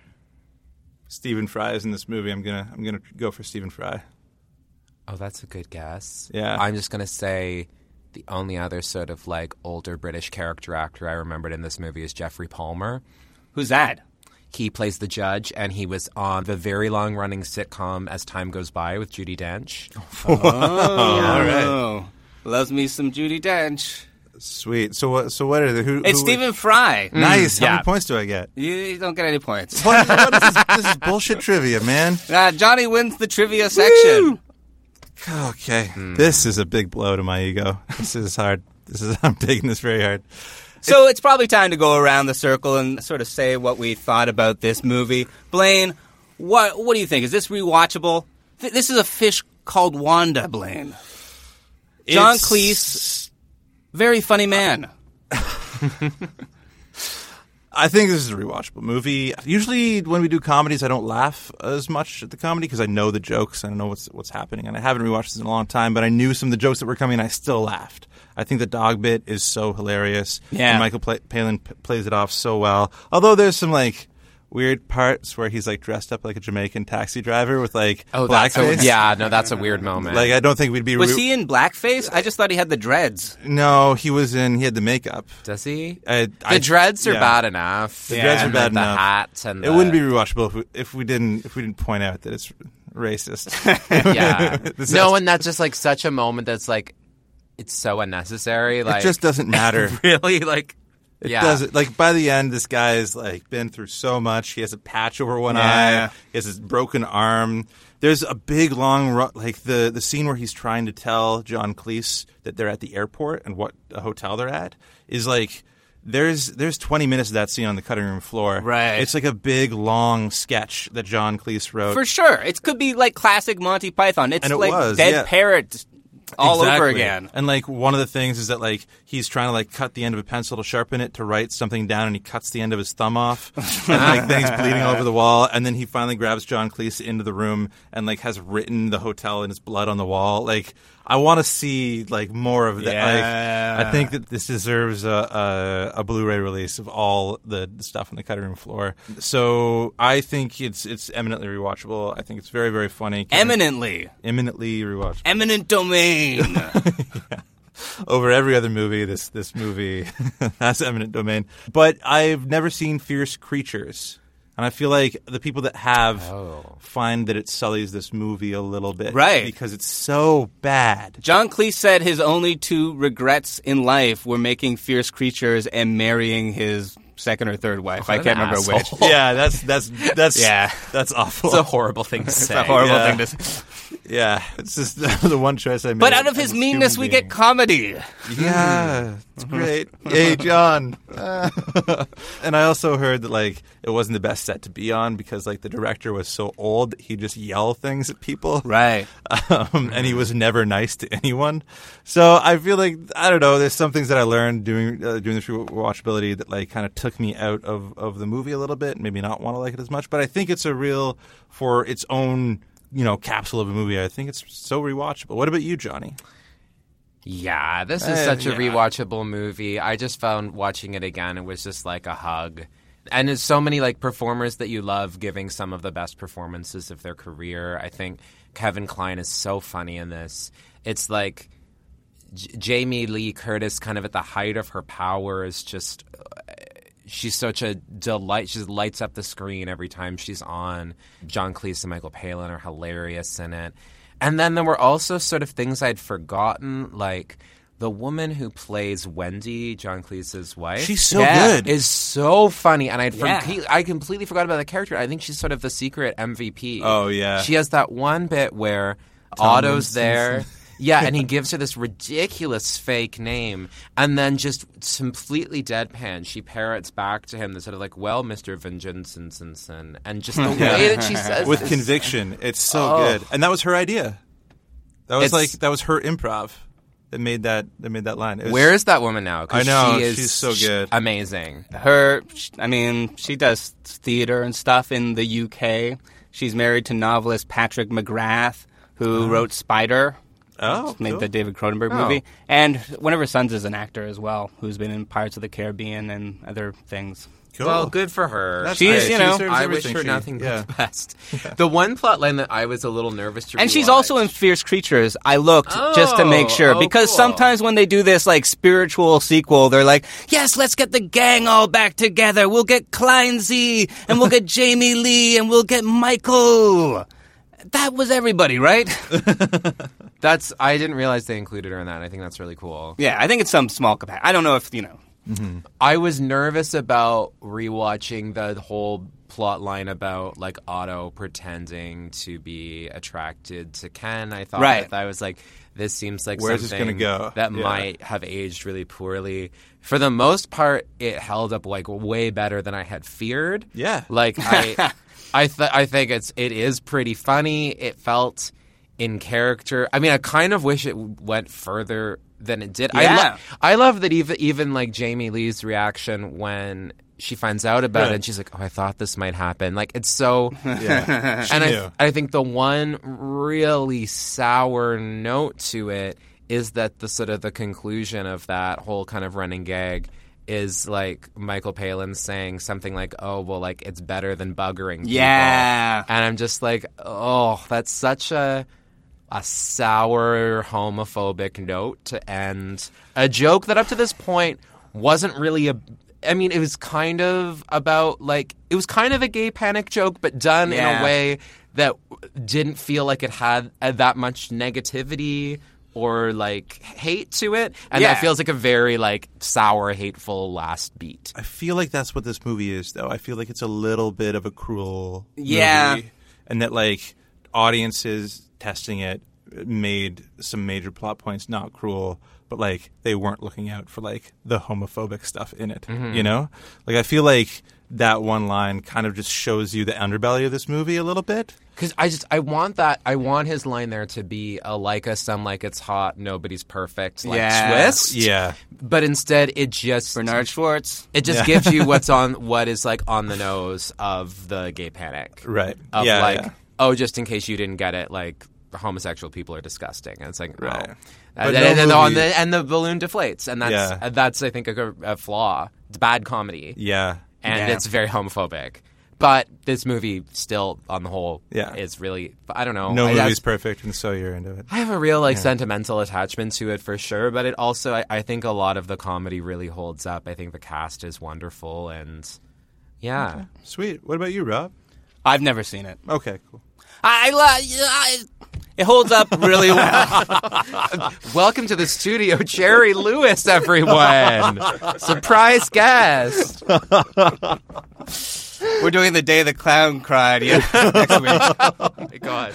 Speaker 8: Stephen Fry is in this movie. I'm gonna I'm gonna go for Stephen Fry.
Speaker 9: Oh, that's a good guess.
Speaker 8: Yeah.
Speaker 9: I'm just gonna say the only other sort of like older British character actor I remembered in this movie is Jeffrey Palmer.
Speaker 7: Who's that?
Speaker 9: He plays the judge, and he was on the very long running sitcom As Time Goes By with Judy Dench.
Speaker 8: Oh,
Speaker 7: all right. Oh, Loves me some Judy Dench.
Speaker 8: Sweet. So what? So what are the who?
Speaker 7: It's
Speaker 8: who-
Speaker 7: Stephen Fry.
Speaker 8: Nice. How
Speaker 7: Yeah.
Speaker 8: many points do I get?
Speaker 7: You, you don't get any points.
Speaker 8: What, what is this, this is bullshit trivia, man.
Speaker 7: Uh, Johnny wins the trivia section.
Speaker 8: Okay.
Speaker 7: Mm.
Speaker 8: This is a big blow to my ego. This is hard. This is I'm taking this very hard.
Speaker 7: So it's probably time to go around the circle and sort of say what we thought about this movie. Blaine, what what do you think? Is this rewatchable? Th- this is a fish called Wanda, Blaine. John
Speaker 8: It's- Uh,
Speaker 7: Cleese, very funny man.
Speaker 8: I think this is a rewatchable movie. Usually, when we do comedies, I don't laugh as much at the comedy because I know the jokes. I know what's what's happening, and I haven't rewatched this in a long time. But I knew some of the jokes that were coming. and I still laughed. I think the dog bit is so hilarious.
Speaker 7: Yeah.
Speaker 8: and Michael Pla- Palin p- plays it off so well. Although there's some like weird parts where he's like dressed up like a Jamaican taxi driver with like
Speaker 9: Oh, that's a,
Speaker 8: blackface.
Speaker 9: yeah. No, that's a weird moment.
Speaker 8: Like I don't think we'd be.
Speaker 7: Was
Speaker 8: re-
Speaker 7: he in blackface? I just thought he had the dreads.
Speaker 8: No, he was in. He had the makeup.
Speaker 9: Does he?
Speaker 8: I,
Speaker 9: the dreads are
Speaker 8: yeah.
Speaker 9: bad enough.
Speaker 8: The dreads are
Speaker 9: And
Speaker 8: bad
Speaker 9: the
Speaker 8: enough.
Speaker 9: hats and
Speaker 8: it
Speaker 9: the-
Speaker 8: wouldn't be rewatchable if we, if we didn't if we didn't point out that it's racist.
Speaker 9: yeah.
Speaker 8: This
Speaker 9: no,
Speaker 8: is-
Speaker 9: and that's just like such a moment that's like it's so unnecessary. Like
Speaker 8: just doesn't matter.
Speaker 9: really, like
Speaker 8: It
Speaker 9: yeah.
Speaker 8: doesn't like by the end this guy's like been through so much. He has a patch over one
Speaker 7: Yeah.
Speaker 8: eye. He has his broken arm. There's a big long ru- like the the scene where he's trying uh, to tell John Cleese that they're at the airport and what a hotel they're at is like There's there's 20 minutes of that scene on the cutting room floor. Right. It's like a big long sketch that John Cleese wrote.
Speaker 7: For sure. It could be like classic Monty Python. It's
Speaker 8: And it
Speaker 7: like
Speaker 8: was,
Speaker 7: dead
Speaker 8: yeah.
Speaker 7: parrot all over
Speaker 8: Exactly.
Speaker 7: again.
Speaker 8: And like one of the things is that like he's trying to like cut the end of a pencil to sharpen it to write something down, and he cuts the end of his thumb off, and like then he's bleeding all over the wall. And then he finally grabs John Cleese into the room and like has written the hotel in his blood on the wall. Like I want to see like more of that. Like I
Speaker 14: Yeah.
Speaker 8: think that this deserves a, a a Blu-ray release of all the stuff on the cutting room floor. So I think it's it's eminently rewatchable. I think it's very very funny.
Speaker 7: Eminently.
Speaker 8: Eminently rewatchable
Speaker 7: Eminent domain.
Speaker 8: over every other movie. This this movie has eminent domain. But I've never seen Fierce Creatures, and I feel like the people that have find that it sullies this movie a little bit,
Speaker 7: Oh. Right.
Speaker 8: Because it's so bad.
Speaker 7: John Cleese said his only two regrets in life were making fierce creatures and marrying his second or third wife. I
Speaker 8: Oh, What
Speaker 7: can't
Speaker 8: an
Speaker 7: remember
Speaker 8: asshole.
Speaker 7: which.
Speaker 8: Yeah, that's that's that's
Speaker 7: yeah,
Speaker 8: that's awful.
Speaker 7: It's a horrible thing to
Speaker 8: It's
Speaker 7: say.
Speaker 8: a horrible thing to
Speaker 7: say.
Speaker 8: Yeah, it's just the one choice I made.
Speaker 7: But out of his
Speaker 8: as a
Speaker 7: meanness, we
Speaker 8: human
Speaker 7: get comedy.
Speaker 8: being. yeah, it's great. Hey, John. Mm-hmm. and I also heard that like it wasn't the best set to be on because like the director was so old that he'd just yell things at people,
Speaker 7: right?
Speaker 8: Um, and he was never nice to anyone. So I feel like I don't know. There's some things that I learned doing uh, doing this rewatchability that like kind of took me out of of the movie a little bit. Maybe not want to like it as much, but I think it's a real for its own you know capsule of a movie. I think it's so rewatchable. What about you, Johnny?
Speaker 9: Yeah, this is
Speaker 8: Eh,
Speaker 9: such a
Speaker 8: yeah.
Speaker 9: rewatchable movie. I just found watching it again, it was just like a hug. And there's so many like performers that you love giving some of the best performances of their career. I think Kevin Klein is so funny in this. It's like J- Jamie Lee Curtis, kind of at the height of her power, is just she's such a delight. She lights up the screen every time she's on. John Cleese and Michael Palin are hilarious in it. And then there were also sort of things I'd forgotten, like the woman who plays Wendy, John Cleese's wife.
Speaker 8: She's so good.
Speaker 9: Is so funny, and I'd for-
Speaker 8: Yeah.
Speaker 9: he- I completely forgot about the character. I think she's sort of the secret MVP.
Speaker 8: Oh, yeah.
Speaker 9: she has that one bit where
Speaker 8: Tom
Speaker 9: Otto's
Speaker 8: Wilson.
Speaker 9: there. Yeah, and he gives her this ridiculous fake name, and then just completely deadpan, she parrots back to him the sort of like, "Well, Mister Vengeance," and- and- and and just the
Speaker 8: Yeah.
Speaker 9: way that she says
Speaker 8: with
Speaker 9: this-
Speaker 8: conviction. It's so
Speaker 9: Oh.
Speaker 8: good, and that was her idea. That was
Speaker 9: It's-
Speaker 8: like that was her improv that made that that made that line. It was-
Speaker 9: Where is that woman now? 'Cause
Speaker 8: I know
Speaker 9: she is
Speaker 8: she's so
Speaker 9: sh-
Speaker 8: good.
Speaker 9: amazing.
Speaker 7: Her, sh- I mean, she does theater and stuff in the UK. She's married to novelist Patrick McGrath, who
Speaker 8: Oh.
Speaker 7: wrote Spider.
Speaker 8: Oh,
Speaker 7: which made
Speaker 8: cool.
Speaker 7: the David Cronenberg
Speaker 8: Oh.
Speaker 7: movie, and one of her sons is an actor as well, who's been in Pirates of the Caribbean and other things.
Speaker 9: Well, good for her.
Speaker 7: she's you know,
Speaker 9: I wish her nothing but the best. The one plot line that I was a little nervous to,
Speaker 7: And
Speaker 9: rewatch-
Speaker 7: she's also in Fierce Creatures. I looked just to make sure
Speaker 9: oh,
Speaker 7: because
Speaker 9: cool.
Speaker 7: sometimes when they do this like spiritual sequel, they're like, "Yes, let's get the gang all back together. We'll get Kleinzy and we'll get Jamie Lee and we'll get Michael." That was everybody, right?
Speaker 9: that's I didn't realize they included her in that. and I think that's really cool.
Speaker 7: yeah, I think it's some small capacity. I don't know if you know.
Speaker 9: I was nervous about rewatching the whole plot line about like Otto pretending to be attracted to Ken. I thought
Speaker 7: Right.
Speaker 9: that I was like, this seems like
Speaker 8: Where's this
Speaker 9: something
Speaker 8: gonna go?
Speaker 9: that
Speaker 8: Yeah.
Speaker 9: might have aged really poorly. For the most part, it held up like way better than I had feared.
Speaker 8: Yeah.
Speaker 9: like I, I, th- I think it's it is pretty funny. It felt in character. I mean, I kind of wish it went further than it did. I,
Speaker 7: Yeah.
Speaker 9: lo- I love that even even like Jamie Lee's reaction when she finds out about
Speaker 7: Yeah.
Speaker 9: it and she's like, "Oh, I thought this might happen." Like it's so
Speaker 7: Yeah. She
Speaker 9: and I
Speaker 7: knew.
Speaker 9: I think the one really sour note to it is that the sort of the conclusion of that whole kind of running gag is like Michael Palin saying something like, "Oh, well, like it's better than buggering." people."
Speaker 7: Yeah.
Speaker 9: and I'm just like, "Oh, that's such a." A sour homophobic note to end a joke that up to this point wasn't really a. I mean, it was kind of about like it was kind of a gay panic joke, but done in
Speaker 7: Yeah.
Speaker 9: a way that didn't feel like it had uh, that much negativity or like hate to it, and
Speaker 8: Yeah.
Speaker 9: that feels like a very like sour, hateful last beat.
Speaker 8: I feel like that's what this movie is, though. I feel like it's a little bit of a cruel,
Speaker 9: Yeah.
Speaker 8: movie, and that like audiences testing it made some major plot points not cruel, but like they weren't looking out for like the homophobic stuff in it.
Speaker 9: Mhm.
Speaker 8: You know, like I feel like that one line kind of just shows you the underbelly of this movie a little bit.
Speaker 9: Because I just I want that I want his line there to be a like us some like it's hot nobody's perfect like
Speaker 7: Yeah.
Speaker 8: Uh,
Speaker 9: twist
Speaker 7: Yeah.
Speaker 9: but instead it just Bernard
Speaker 7: Schwartz
Speaker 9: it just
Speaker 7: Yeah.
Speaker 9: gives you what's on what is like on the nose of the gay panic
Speaker 8: Right.
Speaker 9: of
Speaker 8: Yeah,
Speaker 9: like
Speaker 8: yeah.
Speaker 9: oh just in case you didn't get it like homosexual people are disgusting and it's like right.
Speaker 8: But
Speaker 9: and, then-
Speaker 8: no
Speaker 9: and, on
Speaker 8: movie-
Speaker 9: the, and the balloon deflates and that's
Speaker 8: Yeah.
Speaker 9: uh, that's I think a, gr- a flaw it's bad comedy
Speaker 8: Yeah.
Speaker 9: and
Speaker 8: Yeah.
Speaker 9: it's very homophobic. But this movie, still on the whole,
Speaker 8: Yeah.
Speaker 9: is really I don't know.
Speaker 8: no
Speaker 9: I,
Speaker 8: movie's
Speaker 9: I-
Speaker 8: perfect, and so you're into it.
Speaker 9: I have a real like
Speaker 8: Yeah.
Speaker 9: sentimental attachment to it for sure, but it also I, I think a lot of the comedy really holds up. I think the cast is wonderful and yeah,
Speaker 8: Okay. Sweet. What about you, Rob?
Speaker 7: I've never seen it.
Speaker 8: Okay, cool.
Speaker 7: I, I, it holds up really
Speaker 9: well. Welcome to the studio, Jerry Lewis, everyone. Surprise guest.
Speaker 7: We're doing the day the clown cried yeah, next week.
Speaker 9: Oh my god.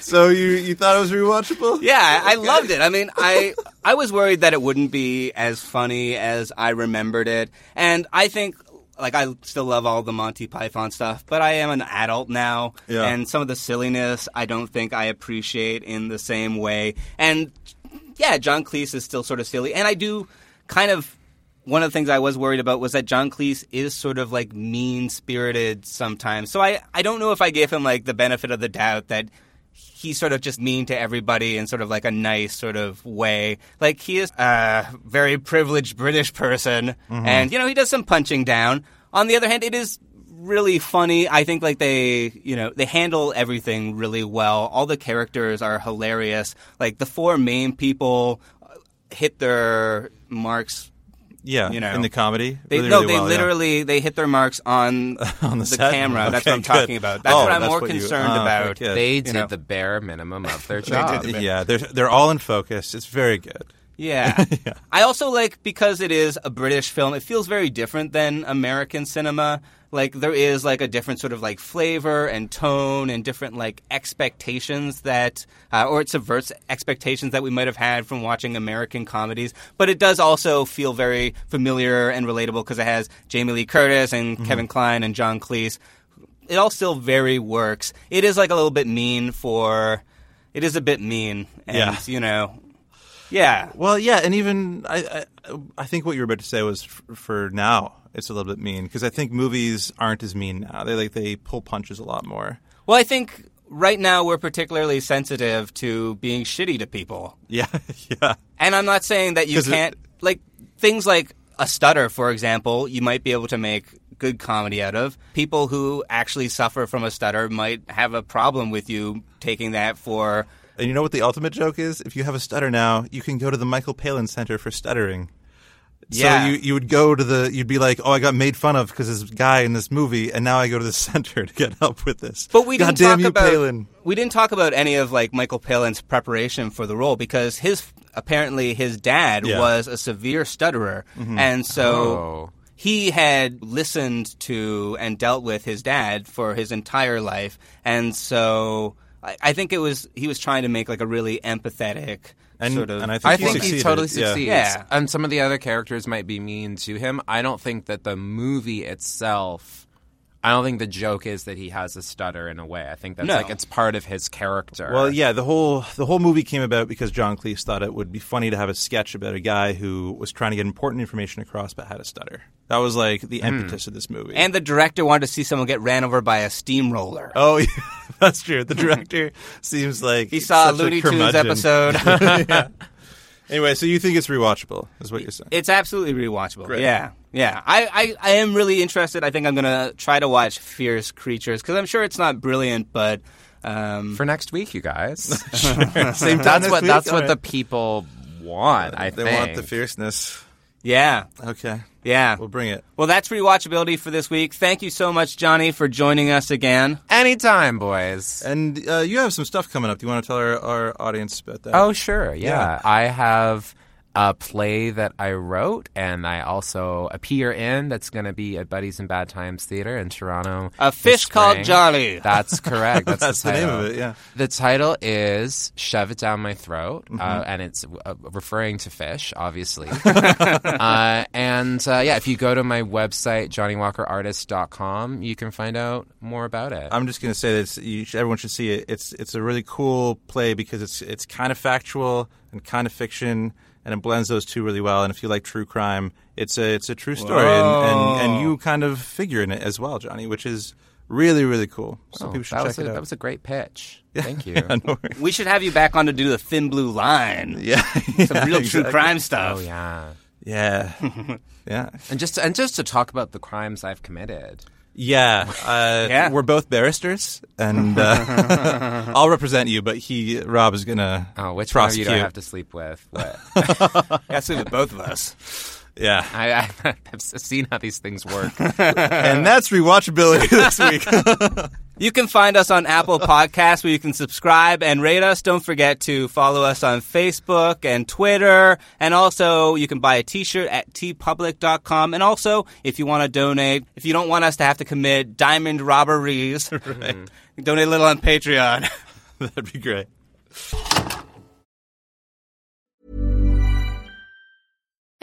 Speaker 8: so you you thought it was rewatchable?
Speaker 7: Yeah, I loved it. I mean, I I was worried that it wouldn't be as funny as I remembered it, and I think like I still love all the Monty Python stuff, but I am an adult now,
Speaker 8: Yeah.
Speaker 7: and some of the silliness I don't think I appreciate in the same way. And yeah, John Cleese is still sort of silly, and I do kind of. One of the things I was worried about was that John Cleese is sort of like mean spirited sometimes. So I, I don't know if I gave him like the benefit of the doubt that he's sort of just mean to everybody in sort of like a nice sort of way. Like he is a very privileged British person,
Speaker 14: Mhm.
Speaker 7: and you know he does some punching down. On the other hand, it is really funny. I think like they, you know, they handle everything really well. All the characters are hilarious. Like the four main people uh, hit their marks
Speaker 8: Yeah,
Speaker 7: you know,
Speaker 8: in the comedy,
Speaker 7: They,
Speaker 8: really,
Speaker 7: no,
Speaker 8: really
Speaker 7: they
Speaker 8: well, yeah.
Speaker 7: literally they hit their marks on
Speaker 8: On the set?
Speaker 7: camera. that's
Speaker 8: Okay,
Speaker 7: what I'm
Speaker 8: good.
Speaker 7: talking about. That's
Speaker 8: Oh,
Speaker 7: what I'm
Speaker 8: that's
Speaker 7: more
Speaker 8: what you-
Speaker 7: concerned
Speaker 8: ah,
Speaker 7: about.
Speaker 8: okay.
Speaker 9: They
Speaker 7: You
Speaker 9: did
Speaker 7: know.
Speaker 9: the bare minimum of their
Speaker 7: They
Speaker 9: job.
Speaker 7: did the bare-
Speaker 8: yeah, they're they're all in focus. It's very good.
Speaker 7: Yeah. I also like because it is a British film, it feels very different than American cinema. Like there is like a different sort of like flavor and tone and different like expectations that uh, or it subverts expectations that we might have had from watching American comedies, but it does also feel very familiar and relatable because it has Jamie Lee Curtis and
Speaker 14: Mhm.
Speaker 7: Kevin Kline and John Cleese. It all still very works. It is like a little bit mean for it is a bit mean and
Speaker 8: Yeah.
Speaker 7: you know yeah.
Speaker 8: Well, yeah, and even I, I, I think what you were about to say was f- for now, it's a little bit mean because I think movies aren't as mean now. They like they pull punches a lot more.
Speaker 7: Well, I think right now we're particularly sensitive to being shitty to people.
Speaker 8: Yeah, yeah,
Speaker 7: And I'm not saying that you
Speaker 8: 'Cause it-
Speaker 7: can't like things like a stutter, for example, you might be able to make good comedy out of. People who actually suffer from a stutter might have a problem with you taking that for
Speaker 8: And you know what the ultimate joke is? If you have a stutter now, you can go to the Michael Palin Center for stuttering.
Speaker 7: Yeah.
Speaker 8: So you, you would go to the you'd be like, oh, I got made fun of because this guy in this movie, and now I go to the center to get help with this.
Speaker 7: But we
Speaker 8: God
Speaker 7: didn't
Speaker 8: damn
Speaker 7: talk
Speaker 8: you,
Speaker 7: about
Speaker 8: Palin.
Speaker 7: we didn't talk about any of like Michael Palin's preparation for the role because his apparently his dad
Speaker 14: Yeah.
Speaker 7: was a severe stutterer,
Speaker 8: Mm-hmm.
Speaker 14: Mhm.
Speaker 7: and so
Speaker 14: Oh.
Speaker 7: he had listened to and dealt with his dad for his entire life, and so I, I think it was he was trying to make like a really empathetic
Speaker 8: And-
Speaker 7: sort of.
Speaker 8: and I think
Speaker 9: I think he, totally
Speaker 7: yeah.
Speaker 9: succeeds.
Speaker 7: Yeah.
Speaker 9: And some of the other characters might be mean to him. I don't think that the movie itself. I don't think the joke is that he has a stutter in a way. I think that's
Speaker 8: No.
Speaker 9: like it's part of his character.
Speaker 8: Well, yeah, the whole the whole movie came about because John Cleese thought it would be funny to have a sketch about a guy who was trying to get important information across but had a stutter. That was like the
Speaker 7: Hmm.
Speaker 8: impetus of this movie.
Speaker 7: And the director wanted to see someone get ran over by a steamroller.
Speaker 8: Oh, yeah, that's true. The director seems like
Speaker 7: He saw a
Speaker 8: such
Speaker 7: Looney Tunes
Speaker 8: curmudgeon.
Speaker 7: episode.
Speaker 8: Yeah. Anyway, so you think it's rewatchable? Is what you're saying?
Speaker 7: It's absolutely rewatchable.
Speaker 8: Great.
Speaker 7: Yeah. Yeah. I, I, I am really interested. I think I'm going to try to watch Fierce Creatures because I'm sure it's not brilliant, but. Um,
Speaker 9: For next week, you guys.
Speaker 7: Same time
Speaker 9: That's
Speaker 7: next
Speaker 9: what
Speaker 7: week?
Speaker 9: that's what
Speaker 7: All
Speaker 9: the
Speaker 7: right.
Speaker 9: people want. I
Speaker 8: They
Speaker 9: think
Speaker 8: want the fierceness.
Speaker 7: Yeah.
Speaker 8: Okay.
Speaker 7: Yeah.
Speaker 8: We'll bring it.
Speaker 7: Well, that's rewatchability for this week. Thank you so much, Johnny, for joining us again.
Speaker 9: Anytime, boys.
Speaker 8: And uh, you have some stuff coming up. Do you want to tell our, our audience about that?
Speaker 9: Oh, sure. Yeah. I have a play that I wrote and I also appear in that's going to be at Buddies and Bad Times Theater in Toronto.
Speaker 7: A
Speaker 9: this
Speaker 7: Fish Called
Speaker 9: spring.
Speaker 7: Johnny.
Speaker 9: That's correct. That's,
Speaker 8: That's
Speaker 9: the,
Speaker 8: the name
Speaker 9: title.
Speaker 8: of it, yeah.
Speaker 9: The title is Shove It Down My Throat, uh,
Speaker 8: Mhm.
Speaker 9: and it's uh, referring to fish, obviously. uh, and uh, yeah, if you go to my website, johnnywalkerartist.com, you can find out more about it.
Speaker 8: I'm just going to say that it's, you should, everyone should see it. It's it's a really cool play because it's it's kind of factual and kind of fiction, and it blends those two really well. And if you like true crime, it's a it's a true story, and, and and you kind of figure in it as well, Johnny, which is really really cool. So
Speaker 9: Oh,
Speaker 8: people should
Speaker 9: that
Speaker 8: check
Speaker 9: was
Speaker 8: it
Speaker 9: a-
Speaker 8: out.
Speaker 9: that was a great pitch. Thank you.
Speaker 8: Yeah, no
Speaker 7: we should have you back on to do the Thin Blue Line.
Speaker 8: Yeah.
Speaker 7: Some real true
Speaker 9: exactly.
Speaker 7: crime stuff.
Speaker 9: Oh, yeah.
Speaker 8: Yeah. yeah.
Speaker 9: And just and just to talk about the crimes I've committed.
Speaker 8: Yeah, uh,
Speaker 9: Yeah.
Speaker 8: we're both barristers, and uh, I'll represent you. But he, Rob, is gonna
Speaker 9: Oh, which one of you
Speaker 8: prosecute.
Speaker 9: do I have to sleep with? What?
Speaker 7: That's with both of us.
Speaker 8: Yeah,
Speaker 9: I, I, I've seen how these things work.
Speaker 8: and that's rewatchability this week.
Speaker 7: You can find us on Apple Podcasts where you can subscribe and rate us. Don't forget to follow us on Facebook and Twitter. And also, you can buy a t shirt at tpublic.com. And also, if you want to donate, if you don't want us to have to commit diamond robberies, donate a little on Patreon.
Speaker 8: That'd be great.